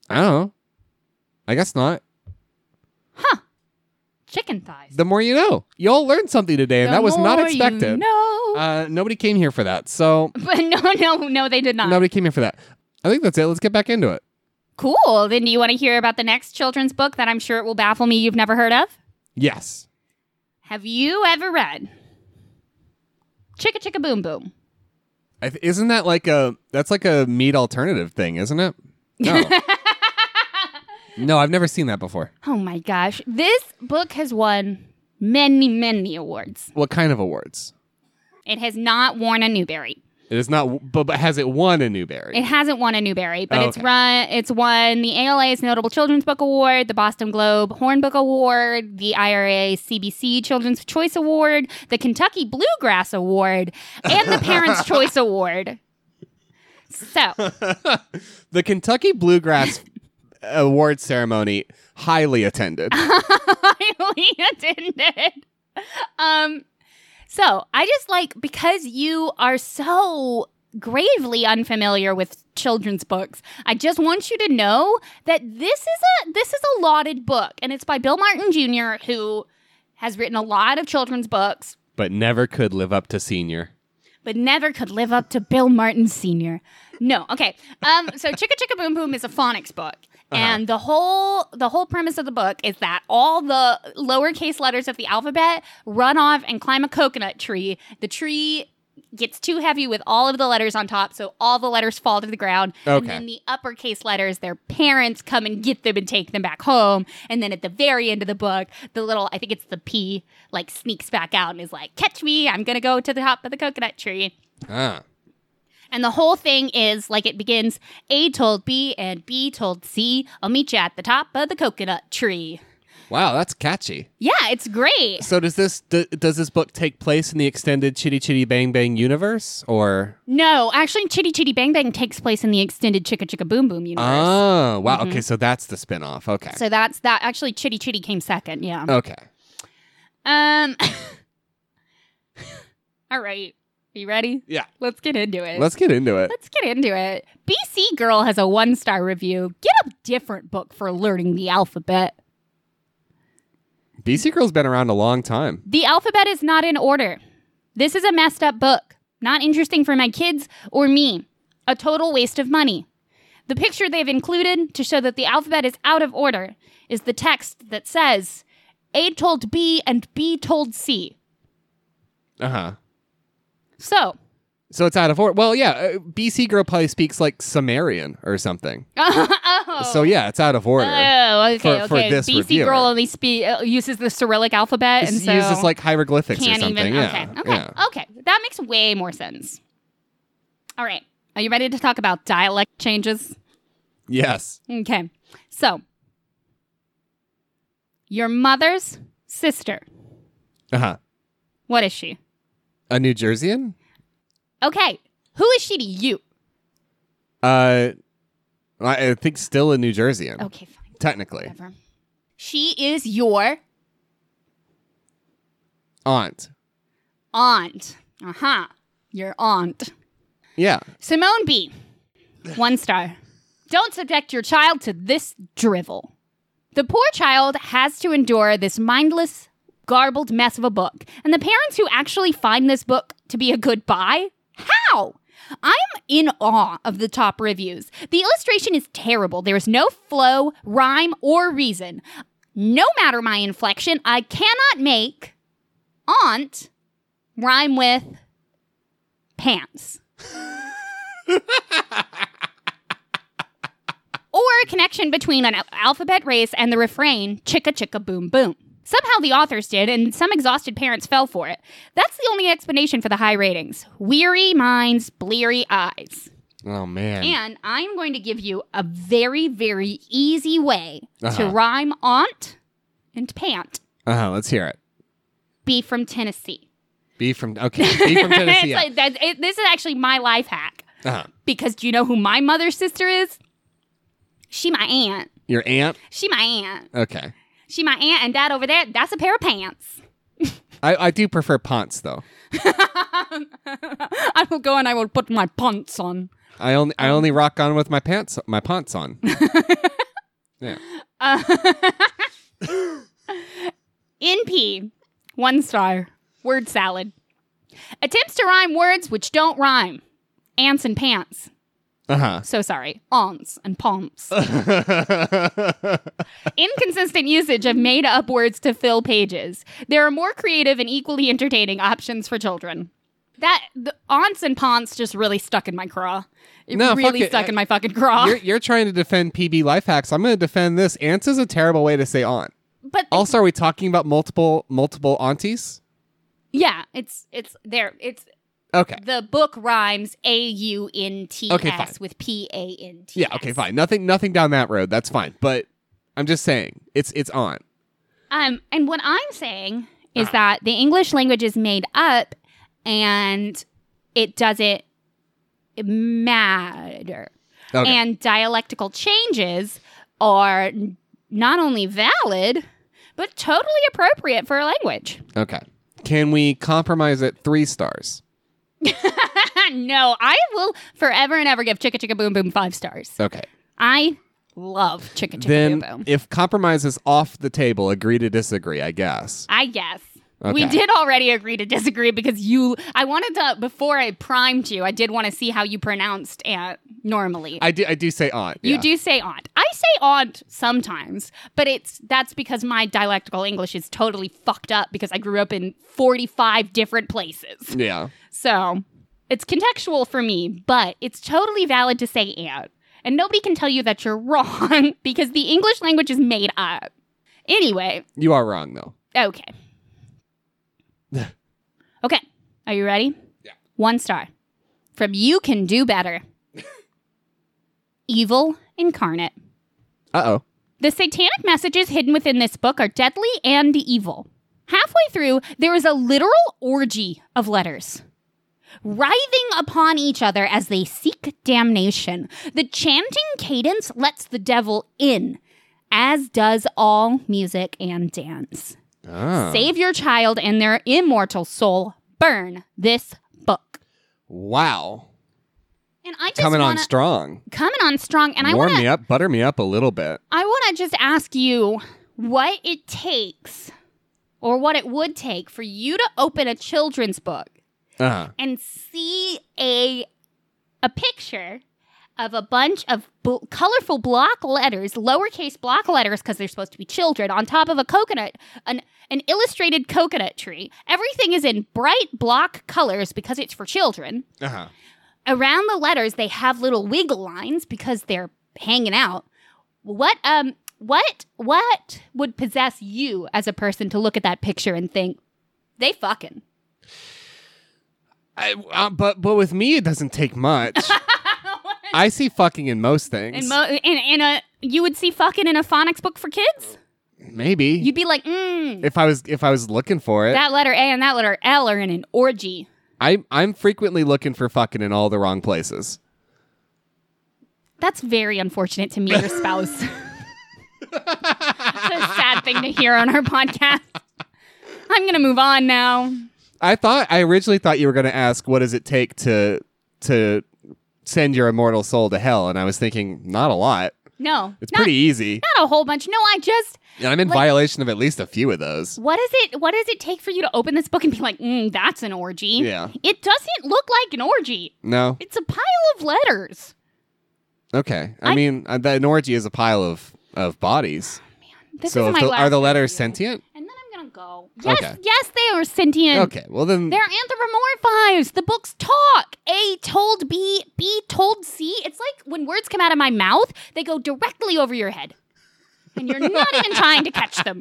A: I don't know. I guess not.
B: Chicken thighs.
A: The more you know. You all learned something today, and that was not expected.
B: No.
A: Uh, nobody came here for that, so
B: but no, no, no, they did not.
A: nobody came here for that. I think that's it. Let's get back into it.
B: Cool. Then do you want to hear about the next children's book that I'm sure it will baffle me you've never heard of?
A: Yes.
B: Have you ever read Chicka Chicka Boom Boom?
A: I th- isn't that like a that's like a meat alternative thing, isn't it? No. no, I've never seen that before.
B: Oh my gosh. This book has won many, many awards.
A: What kind of awards?
B: It has not won a Newbery.
A: It is not, but, but has it won a Newbery?
B: It hasn't won a Newbery, but
A: Oh,
B: it's
A: okay.
B: run. It's won the ALA's Notable Children's Book Award, the Boston Globe Horn Book Award, the IRA CBC Children's Choice Award, the Kentucky Bluegrass Award, and the Parents' Choice Award. So
A: the Kentucky Bluegrass Award ceremony highly attended.
B: highly attended. Um, so I just like because you are so gravely unfamiliar with children's books. I just want you to know that this is a this is a lauded book, and it's by Bill Martin Jr., who has written a lot of children's books,
A: but never could live up to senior.
B: but never could live up to Bill Martin Sr. No, okay. Um, so Chicka Chicka Boom Boom is a phonics book. And the whole the whole premise of the book is that all the lowercase letters of the alphabet run off and climb a coconut tree. The tree gets too heavy with all of the letters on top, so all the letters fall to the ground.
A: Okay.
B: And then the uppercase letters, their parents come and get them and take them back home. And then at the very end of the book, the little, I think it's the P, like sneaks back out and is like, catch me, I'm going to go to the top of the coconut tree.
A: Ah.
B: And the whole thing is like it begins A told B and B told C, I'll meet you at the top of the coconut tree.
A: Wow, that's catchy.
B: Yeah, it's great.
A: So does this d- does this book take place in the extended Chitty Chitty Bang Bang universe or?
B: No, actually, Chitty Chitty Bang Bang takes place in the extended Chicka Chicka Boom Boom universe. Mm-hmm.
A: Oh, wow. Okay, so that's the spin-off. Okay.
B: so that's that. Actually, Chitty Chitty came second. Yeah.
A: okay.
B: Um. all right. Are you ready?
A: Yeah.
B: Let's get into it.
A: Let's get into it.
B: Let's get into it. BC Girl has a one star review. Get a different book for learning the alphabet.
A: BC Girl's been around a long time.
B: The alphabet is not in order. This is a messed up book. Not interesting for my kids or me. A total waste of money. The picture they've included to show that the alphabet is out of order is the text that says A told B and B told C.
A: Uh huh.
B: So,
A: So it's out of order. Well, yeah. Uh, BC Girl probably speaks like Sumerian or something.
B: oh,
A: So yeah, it's out of order.
B: oh, okay,
A: for-
B: okay.
A: for this
B: BC
A: reviewer.
B: girl only spe- uh, uses the Cyrillic alphabet,
A: It's
B: and so
A: uses like hieroglyphics or
B: can't
A: something.
B: even.
A: yeah.
B: Okay, okay,
A: yeah.
B: okay. That makes way more sense. All right, are you ready to talk about dialect changes?
A: Yes.
B: Okay. So, your mother's sister.
A: Uh huh.
B: What is she?
A: A New Jerseyan?
B: Okay. Who is she to you?
A: Uh, I I think still a New Jerseyan.
B: Okay, fine.
A: Technically,
B: Whatever. She is your
A: aunt.
B: aunt. Uh huh. Your aunt.
A: Yeah.
B: Simone B. One star. Don't subject your child to this drivel. The poor child has to endure this mindless, garbled mess of a book. And the parents who actually find this book to be a good buy? How? I'm in awe of the top reviews. The illustration is terrible. There is no flow, rhyme, or reason. No matter my inflection, I cannot make aunt rhyme with pants. or a connection between an al- alphabet race and the refrain chicka chicka boom boom. Somehow the authors did, and some exhausted parents fell for it. That's the only explanation for the high ratings weary minds, bleary eyes.
A: Oh man.
B: And I'm going to give you a very, very easy way to
A: Uh-huh.
B: rhyme aunt and pant.
A: Uh huh. Let's hear it.
B: Be from Tennessee.
A: B from okay. B from Tennessee.
B: It's
A: yeah.
B: like that- it- this is actually my life hack
A: uh-huh.
B: because do you know who my mother's sister is? She my aunt.
A: Your aunt.
B: She my aunt.
A: Okay.
B: She my aunt and dad over there. That's a pair of pants.
A: I, I do prefer Ponce though.
B: I will go and I will put my pants on.
A: I only I
B: Um.
A: only rock on with my pants my pants on. yeah.
B: NP, one star, word salad. Attempts to rhyme words which don't rhyme. Ants and pants.
A: Uh
B: So sorry. Aunts and pomps.
A: huh.
B: Inconsistent usage of made up words to fill pages. There are more creative and equally entertaining options for children. That the aunts and ponts just really stuck in my craw. It
A: No, fuck
B: really
A: it.
B: stuck
A: I-
B: in my fucking craw.
A: you're, you're trying to defend PB life hacks. I'm going to defend this. Ants is a terrible way to say aunt.
B: But
A: Also, are we talking about multiple multiple aunties?
B: Yeah, it's it's there. It's
A: Okay.
B: the book rhymes A U N T
A: Okay, fine.
B: S with P A N T.
A: Yeah. Okay. Fine. Nothing. Nothing down that road. That's fine. But I'm just saying it's it's aunt.
B: Um, and what I'm saying is
A: Uh-huh.
B: that the English language is made up, and it doesn't matter.
A: Okay.
B: And dialectical changes are n- not only valid, but totally appropriate for a language.
A: okay. Can we compromise at three stars?
B: no, I will forever and ever give Chicka Chicka Boom Boom five stars.
A: Okay.
B: I love Chicka Chicka
A: Then,
B: Boom Boom.
A: if compromise is off the table, agree to disagree. I guess.
B: I guess. We
A: Okay.
B: did already agree to disagree because you. I wanted to before I primed you. I did want to see how you pronounced aunt normally.
A: I do. I do say aunt.
B: you
A: yeah.
B: do say aunt. I say aunt sometimes, but it's that's because my dialectical English is totally fucked up because I grew up in forty five different places.
A: Yeah.
B: So It's contextual for me, but it's totally valid to say aunt. And nobody can tell you that you're wrong because the English language is made up. Anyway,
A: You are wrong though.
B: okay. okay. Are you ready?
A: Yeah.
B: One star from You Can Do Better. Evil incarnate.
A: Uh oh.
B: The satanic messages hidden within this book are deadly and evil. Halfway through, there is a literal orgy of letters. Writhing upon each other as they seek damnation, the chanting cadence lets the devil in, as does all music and dance. Save your child and their immortal soul. Burn this book.
A: Wow.
B: And I just
A: Coming on
B: want to
A: strong.
B: coming on strong, and I
A: Warm
B: want to
A: me up, butter me up a little bit.
B: I want to just ask you what it takes or what it would take for you to open a children's book
A: Uh,
B: and see a a picture of a bunch of bl- colorful block letters, lowercase block letters because they're supposed to be children on top of a coconut an an illustrated coconut tree. Everything is in bright block colors because it's for children
A: uh-huh.
B: around the letters they have little wiggle lines because they're hanging out what um what what would possess you as a person to look at that picture and think they fucking
A: I, uh, but but with me, it doesn't take much. I see fucking in most things.
B: and mo- in, in a you would see fucking in a phonics book for kids
A: Maybe
B: you'd be like mm,
A: if I was if I was looking for it,
B: that letter a and that letter l are in an orgy
A: I I'm frequently looking for fucking in all the wrong places.
B: that's very unfortunate to me your spouse it's a sad thing to hear on our podcast i'm gonna move on now
A: I thought I originally thought you were going to ask what does it take to to send your immortal soul to hell, and I was thinking not a lot.
B: no
A: It's
B: not-
A: pretty easy,
B: not a whole bunch. No, I just
A: and I'm in violation of at least a few of those.
B: what is it? What does it take for you to open this book and be like, mm, "That's an orgy"?
A: Yeah.
B: it doesn't look like an orgy.
A: No,
B: It's a pile of letters.
A: okay. I,
B: I-
A: mean, uh, the an orgy is a pile of of bodies.
B: This
A: so
B: is
A: if
B: my
A: the-
B: last
A: are the letters
B: review.
A: sentient?
B: And then I'm gonna go. Yes,
A: Okay.
B: yes, they are sentient.
A: Okay. Well then,
B: They're anthropomorphized. The books talk. A told B, B told C. It's like when words come out of my mouth, they go directly over your head. And you're not even trying to catch them.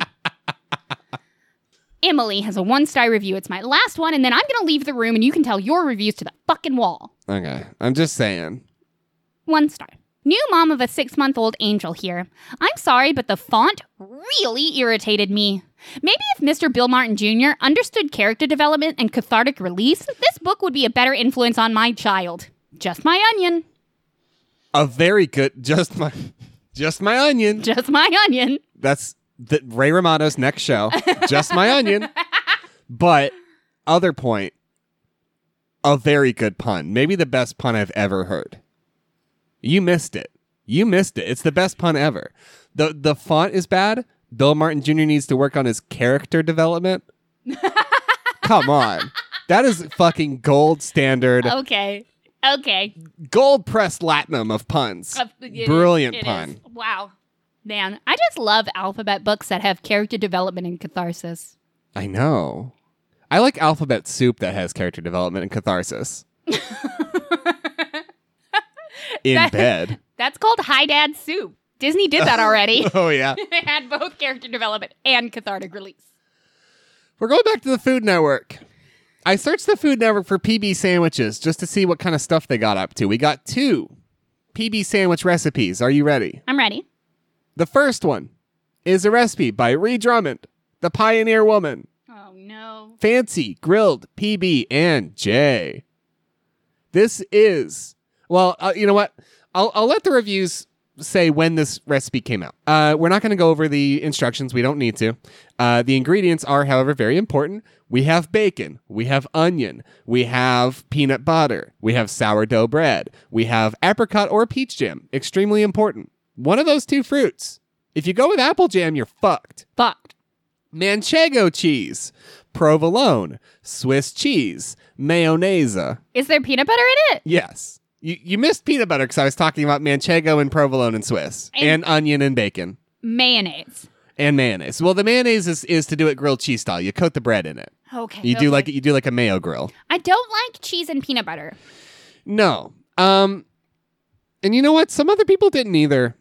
B: Emily has a one star review. It's my last one, and then I'm going to leave the room and you can tell your reviews to the fucking wall.
A: okay. I'm just saying.
B: One star. New mom of a six month old angel here. I'm sorry, but the font really irritated me. Maybe if Mr. Bill Martin Jr. understood character development and cathartic release, this book would be a better influence on my child. Just my onion.
A: A very good. Just my, just my onion.
B: Just my onion.
A: That's the, Ray Romano's next show. Just my onion. But other point, a very good pun. Maybe the best pun I've ever heard. You missed it. You missed it. It's the best pun ever. the The font is bad. Bill Martin Jr. needs to work on his character development. Come on, that is fucking gold standard,
B: Oh. Okay. Okay.
A: gold pressed latinum of puns.
B: Uh, it is-
A: Brilliant
B: it is.
A: pun.
B: Wow. Man, I just love alphabet books that have character development and catharsis.
A: I know. I like alphabet soup that has character development and catharsis. In
B: That-
A: bed.
B: That's called High Dad Soup. Disney did that already.
A: Oh yeah.
B: they had both character development and cathartic release.
A: We're going back to the Food Network. I searched the Food Network for PB sandwiches just to see what kind of stuff they got up to. We got two PB sandwich recipes. Are you ready?
B: I'm ready.
A: The first one is a recipe by Ree Drummond, the pioneer woman.
B: Oh no.
A: Fancy Grilled PB and J. This is well, uh, you know what? I'll I'll let the reviews say when this recipe came out. Uh, we're not going to go over the instructions. We don't need to. Uh, the ingredients are, however, very important. We have bacon. We have onion. We have peanut butter. We have sourdough bread. We have apricot or peach jam. Extremely important. One of those two fruits. If you go with apple jam, you're fucked.
B: Fucked.
A: Manchego cheese, provolone, Swiss cheese, mayonnaise.
B: Is there peanut butter in it?
A: Yes. You, you missed peanut butter because I was talking about manchego and provolone and Swiss and,
B: And-
A: onion and bacon
B: Mayonnaise.
A: and mayonnaise. Well, the mayonnaise is, is to do it grilled cheese style. You coat the bread in it.
B: Okay.
A: You
B: okay.
A: do like you do like a mayo grill.
B: I don't like cheese and peanut butter.
A: No. Um and you know what? Some other people didn't either.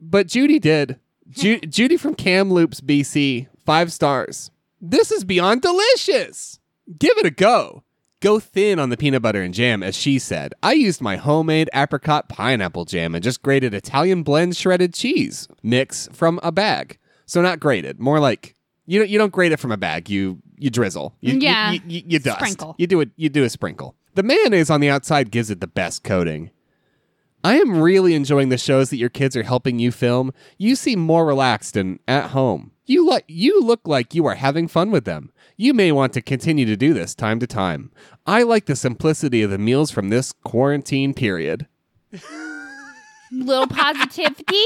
A: But Judy did. Ju- Judy from Kamloops, BC, 5 stars. This is beyond delicious. Give it a go. Go thin on the peanut butter and jam as she said. I used my homemade apricot pineapple jam and just grated Italian blend shredded cheese mix from a bag. So not grated, more like you don't you don't grate it from a bag. You you drizzle. You, you-
B: Yeah.
A: You, you, you dust.
B: Sprinkle.
A: You do it. You do a sprinkle. The mayonnaise on the outside gives it the best coating. I am really enjoying the shows that your kids are helping you film. You seem more relaxed and at home. You look you look like you are having fun with them. You may want to continue to do this time to time. I like the simplicity of the meals from this quarantine period.
B: Little positivity.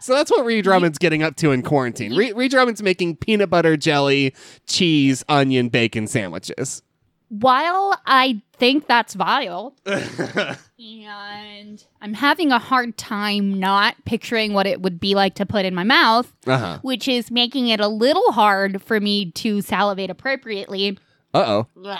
A: So that's what Reed Drummond's getting up to in quarantine. Reed, Reed Drummond's making peanut butter jelly, cheese, onion, bacon sandwiches.
B: While I think that's vile, and I'm having a hard time not picturing what it would be like to put in my mouth,
A: Uh huh.
B: which is making it a little hard for me to salivate appropriately.
A: Uh oh.
B: Ugh.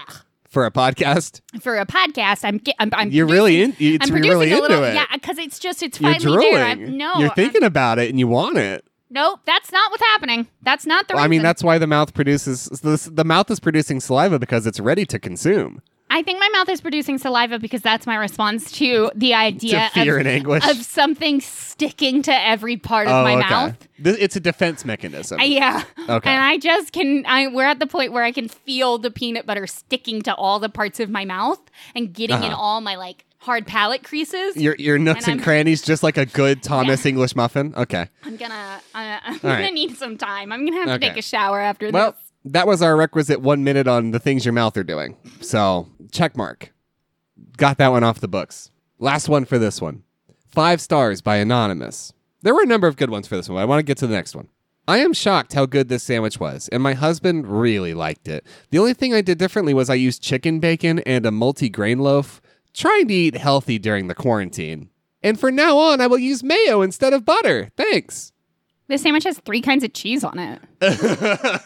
A: For a podcast,
B: For a podcast, I'm ge- I'm, I'm
A: you're really in. It's,
B: I'm
A: you're
B: producing
A: really
B: a
A: into
B: little,
A: it.
B: yeah, because it's just it's
A: you're
B: finally
A: drooling.
B: there. I'm, no,
A: you're
B: I'm-
A: thinking about it and you want it.
B: nope, that's not what's happening. That's not the.
A: Well, I
B: reason.
A: mean, that's why the mouth produces the, the mouth is producing saliva because it's ready to consume.
B: I think my mouth is producing saliva because that's my response to the idea
A: to fear
B: of,
A: and anguish.
B: of something sticking to every part of
A: oh,
B: my
A: okay.
B: mouth.
A: Th- it's a defense mechanism.
B: I- yeah.
A: Okay.
B: And I just can. I we're at the point where I can feel the peanut butter sticking to all the parts of my mouth and getting in
A: Uh-huh.
B: all my like hard palate creases.
A: your your nooks
B: And
A: and,
B: I'm-
A: crannies, just like a good Thomas English muffin. Okay.
B: I'm gonna. Uh, I'm
A: All
B: gonna
A: right.
B: need some time. I'm gonna have to
A: Okay.
B: take a shower after
A: Well,
B: this.
A: that was our requisite one minute on the things your mouth are doing. So check mark. Got that one off the books. Last one for this one. Five stars by Anonymous. There were a number of good ones for this one, but I want to get to the next one. I am shocked how good this sandwich was, and my husband really liked it. The only thing I did differently was I used chicken bacon and a multi grain loaf, trying to eat healthy during the quarantine. And from now on, I will use mayo instead of butter. Thanks.
B: This sandwich has three kinds of cheese on it.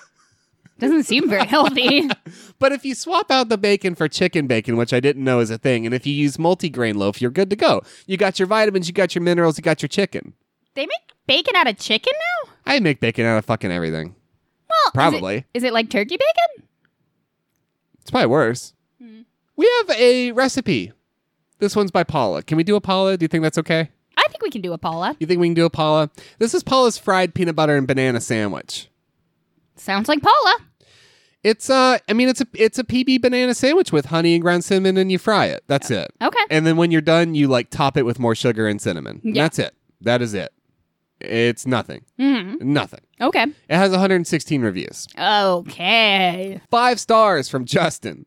B: Doesn't seem very healthy.
A: But if you swap out the bacon for chicken bacon, which I didn't know is a thing, and if you use multigrain loaf, you're good to go. You got your vitamins, you got your minerals, you got your chicken.
B: They make bacon out of chicken now?
A: I make bacon out of fucking everything.
B: Well, is it-
A: Probably.
B: Is it, like turkey bacon?
A: It's probably worse. We have a recipe. This one's by Paula. Can we do a Paula? Do you think that's okay?
B: I think we can do a Paula.
A: You think we can do a Paula? This is Paula's fried peanut butter and banana sandwich.
B: Sounds like Paula.
A: It's uh, I mean, it's a it's a PB banana sandwich with honey and ground cinnamon, and you fry it. That's it.
B: Okay.
A: And then when you're done, you like top it with more sugar and cinnamon.
B: Yeah.
A: That's it. That is it. It's nothing.
B: Mhm.
A: Nothing.
B: Okay.
A: It has 116 reviews.
B: Okay.
A: Five stars from Justin.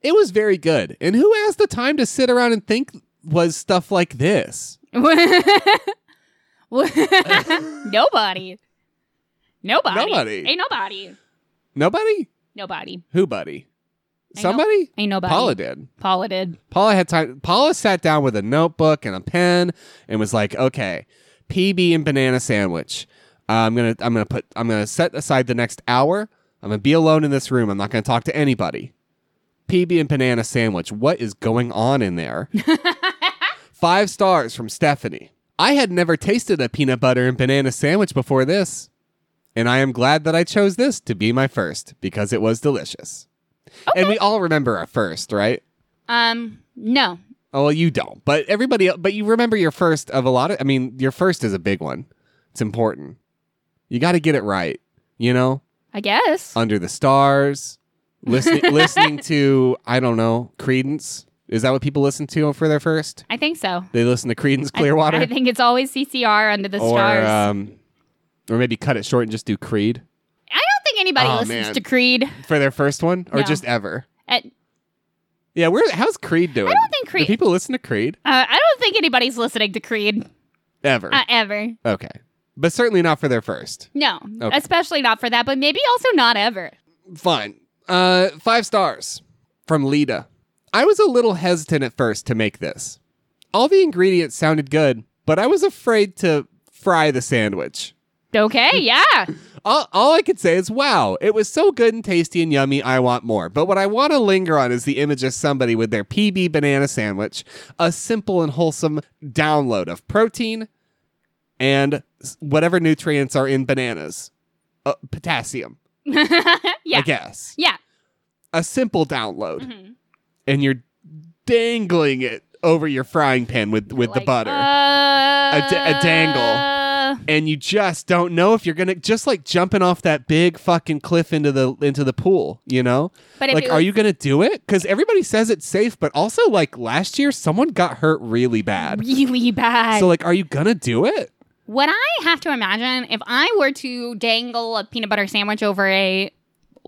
A: It was very good. And who has the time to sit around and think was stuff like this?
B: nobody. Nobody.
A: Nobody.
B: Ain't nobody.
A: Nobody?
B: Nobody.
A: Who, buddy?
B: I know.
A: Somebody?
B: Ain't nobody.
A: Paula did.
B: Paula did.
A: Paula had time. Paula sat down with a notebook and a pen and was like, "Okay, PB and banana sandwich. Uh, I'm gonna, I'm gonna put, I'm gonna set aside the next hour. I'm gonna be alone in this room. I'm not gonna talk to anybody. PB and banana sandwich. What is going on in there? Five stars from Stephanie. I had never tasted a peanut butter and banana sandwich before this, and I am glad that I chose this to be my first because it was delicious. And we all remember our first, right?
B: Um, no.
A: Oh, well, you don't, but everybody, el- but you remember your first of a lot of. I mean, your first is a big one. It's important. You got to get it right. You know,
B: I guess.
A: under the stars, listening, listening to I don't know, Credence. Is that what people listen to for their first?
B: I think so.
A: They listen to Credence
B: I-
A: Clearwater,
B: I, think it's always CCR under the
A: or
B: stars.
A: um, or maybe cut it short and just do Creed
B: I don't think anybody
A: Oh,
B: listens
A: man.
B: to Creed.
A: for their first one, or
B: No.
A: just ever.
B: At,
A: Yeah, where? How's Creed doing?
B: I don't think
A: Do
B: Creed.
A: people listen to Creed
B: uh, I don't think anybody's listening to Creed
A: ever.
B: uh, ever.
A: okay, but certainly not for their first.
B: No,
A: Okay.
B: especially not for that, but maybe also not ever.
A: fine. Uh, five stars from Lita. I was a little hesitant at first to make this. All the ingredients sounded good, but I was afraid to fry the sandwich.
B: Okay, yeah.
A: All, all I could say is, wow, it was so good and tasty and yummy. I want more. But what I want to linger on is the image of somebody with their PB banana sandwich, a simple and wholesome download of protein and s- whatever nutrients are in bananas, uh, potassium, I
B: yeah.
A: guess.
B: Yeah.
A: A simple download,
B: Mhm.
A: and you're dangling it over your frying pan with with the
B: Like,
A: butter.
B: Uh,
A: da- a dangle. and you just don't know if you're gonna just like jumping off that big fucking cliff into the into the pool you know
B: But if
A: like
B: it
A: are
B: was-
A: you gonna do it because everybody says it's safe but also like last year someone got hurt really bad
B: Really bad.
A: so like are you gonna do it
B: what I have to imagine if I were to dangle a peanut butter sandwich over a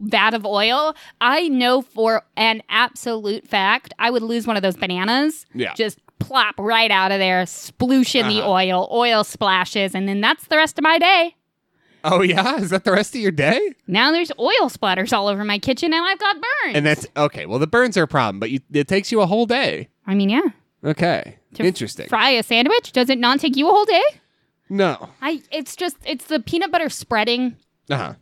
B: vat of oil, I know for an absolute fact I would lose one of those bananas.
A: Yeah.
B: Just plop right out of there, sploosh in the
A: Uh-huh.
B: oil, oil splashes, and then that's the rest of my day.
A: oh yeah is that the rest of your day
B: Now there's oil splatters all over my kitchen and I've got burns.
A: and that's okay well the burns are a problem but you, it takes you a whole day
B: I mean, yeah.
A: okay
B: To
A: interesting
B: Fry a sandwich? Does it not take you a whole day?
A: no
B: I it's just it's the peanut butter spreading.
A: uh-huh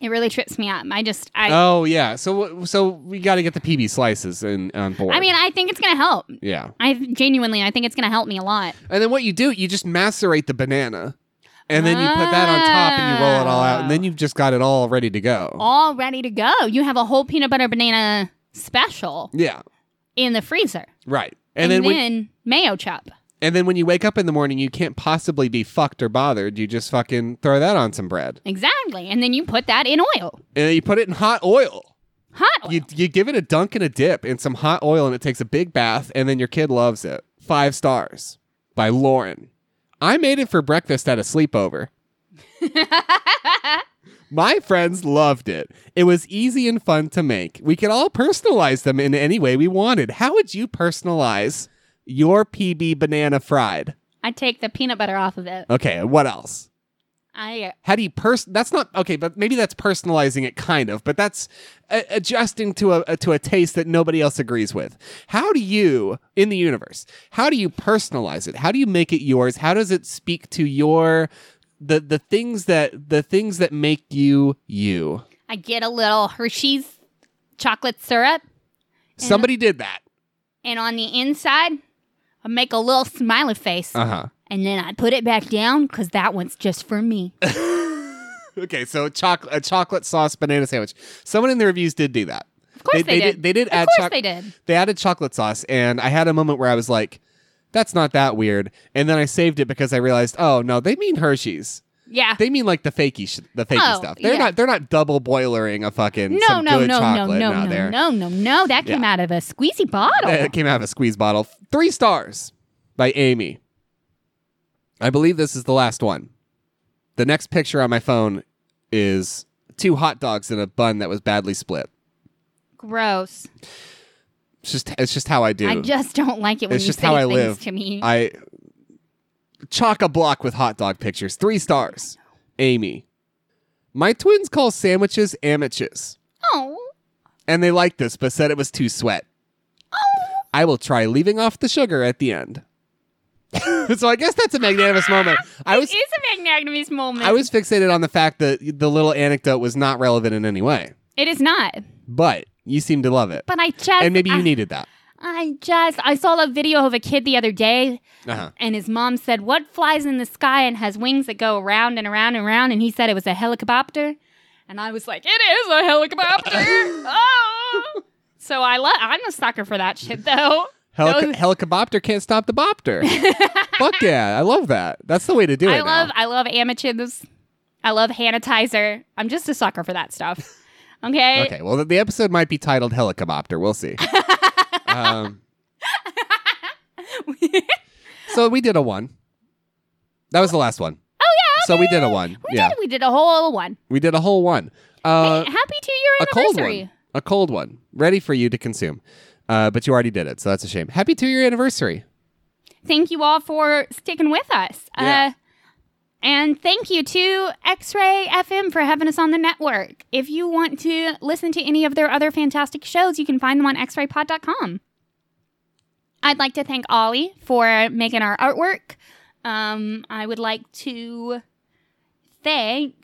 B: It really trips me up. I just I
A: oh yeah so w- so we got to get the pb slices in on board
B: I mean, I think it's gonna help.
A: yeah
B: I genuinely, I think it's gonna help me a lot.
A: And then what you do, you just macerate the banana. And then you put that on top and you roll it all out. And then you've just got it all ready to go.
B: Ah. All ready to go. You have a whole peanut butter banana special
A: Yeah.
B: in the freezer,
A: Right.
B: and,
A: And, then,
B: then,
A: when,
B: mayo chop.
A: and then when you wake up in the morning, you can't possibly be fucked or bothered. You just fucking throw that on some bread.
B: Exactly, and then you put that in oil,
A: And then you put it in hot oil.
B: hot oil.
A: You you give it a dunk and a dip in some hot oil and it takes a big bath and then your kid loves it. 5 stars by Lauren. I made it for breakfast at a sleepover. My friends loved it. It was easy and fun to make. We could all personalize them in any way we wanted. How would you personalize your PB banana fried?
B: I take the peanut butter off of it.
A: Okay, what else?
B: I
A: How do you person? That's not okay, but maybe that's personalizing it, kind of. But that's a- adjusting to a, to a taste that nobody else agrees with. How do you in the universe? How do you personalize it? How do you make it yours? How does it speak to your the the things that the things that make you you?
B: I get a little Hershey's chocolate syrup,
A: Somebody did that.
B: and on the inside, I make a little smiley face,
A: Uh huh.
B: and then I put it back down because that one's just for me.
A: Okay, so chocolate a chocolate sauce banana sandwich. Someone in the reviews did do that. Of
B: course they did.
A: They did
B: of
A: add
B: course
A: choc-
B: they did.
A: they added chocolate sauce, and I had a moment where I was like, "That's not that weird." And then I saved it because I realized, "Oh no, they mean Hershey's.
B: Yeah.
A: They mean like the fakey sh- the fakey
B: Oh,
A: stuff. They're
B: yeah.
A: not they're not double boilering a fucking
B: no,
A: some
B: no,
A: good
B: no, no,
A: chocolate.
B: no, no,
A: they're-
B: no, no, no. That came out of a squeezy bottle.
A: It came out of a squeeze bottle. Three stars by Amy. I believe this is the last one. The next picture on my phone is two hot dogs in a bun that was badly split.
B: Gross.
A: It's just it's just how I do.
B: I just don't like it when
A: It's
B: you
A: just
B: say
A: how I
B: things
A: live.
B: to me.
A: I chock a block with hot dog pictures. Three stars. Amy. My twins call sandwiches amateurs,
B: oh,
A: and they liked this, but said it was too sweat. I will try leaving off the sugar at the end. so I guess that's a magnanimous moment. I was
B: it is a magnanimous moment.
A: I was fixated on the fact that the little anecdote was not relevant in any way,
B: it is not.
A: but you seem to love it,
B: But I just.
A: and maybe you
B: I,
A: needed that.
B: I just. I saw a video of a kid the other day,
A: Uh-huh.
B: and his mom said, "What flies in the sky and has wings that go around and around and around?" And he said it was a helicopter, and I was like, "It is a helicopter." oh. So I love. I'm a sucker for that shit, though.
A: Helic-
B: Those-
A: helicobopter can't stop the bopter. Fuck yeah, I love that. That's the way to do it.
B: I
A: now.
B: love I love amateurs. I love sanitizer. I'm just a sucker for that stuff. Okay.
A: Okay, well, the- the episode might be titled Helicobopter. We'll see. um, so we did a one. That was the last one. Oh, yeah. So we did a one.
B: We
A: yeah.
B: did we did a whole one.
A: We did a whole one. Uh,
B: hey, happy two year
A: a cold
B: anniversary.
A: one. A cold one. Ready for you to consume. Uh, but you already did it, so that's a shame. Happy two year anniversary.
B: Thank you all for sticking with us.
A: Yeah.
B: Uh and thank you to X Ray FM for having us on the network. If you want to listen to any of their other fantastic shows, you can find them on xraypod.com. I'd like to thank Ollie for making our artwork. Um, I would like to thank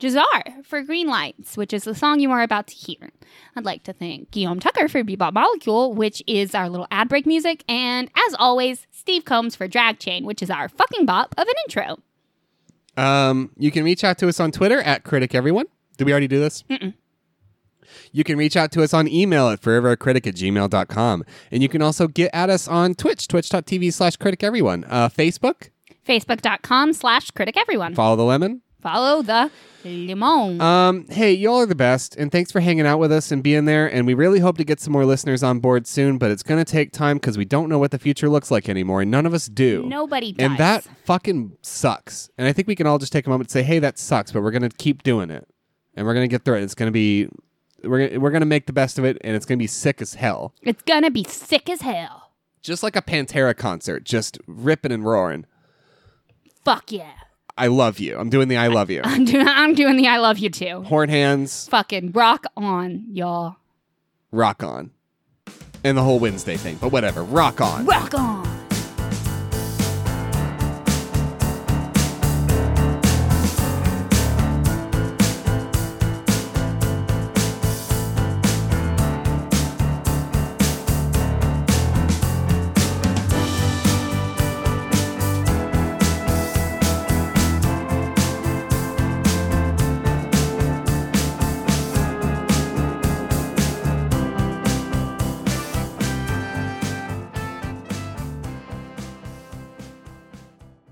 B: Jazar for Green Lights, which is the song you are about to hear. I'd like to thank Guillaume Tucker for Bebop Molecule, which is our little ad break music, and as always, Steve Combs for Drag Chain, which is our fucking bop of an intro.
A: Um, you can reach out to us on Twitter at Critic Everyone. Did we already do this? You can reach out to us on email at forevercritic at gmail.com. And you can also get at us on Twitch, twitch.tv slash critic everyone. Uh, Facebook,
B: Facebook.com slash critic everyone.
A: follow the lemon.
B: Follow the limon.
A: Um, hey, y'all are the best, and thanks for hanging out with us and being there. And we really hope to get some more listeners on board soon, but it's going to take time because we don't know what the future looks like anymore, and none of us do.
B: Nobody does.
A: And that fucking sucks. And I think we can all just take a moment and say, "Hey, that sucks," but we're going to keep doing it, and we're going to get through it. It's going to be, we're gonna, we're going to make the best of it, and it's going to be sick as hell,
B: It's gonna be sick as hell.
A: just like a Pantera concert, just ripping and roaring.
B: Fuck yeah.
A: I love you. I'm doing the I love you.
B: I'm doing, I'm doing the I love you too.
A: Horn hands,
B: Fucking rock on, y'all.
A: rock on, and the whole Wednesday thing. But whatever, rock on.
B: Rock on.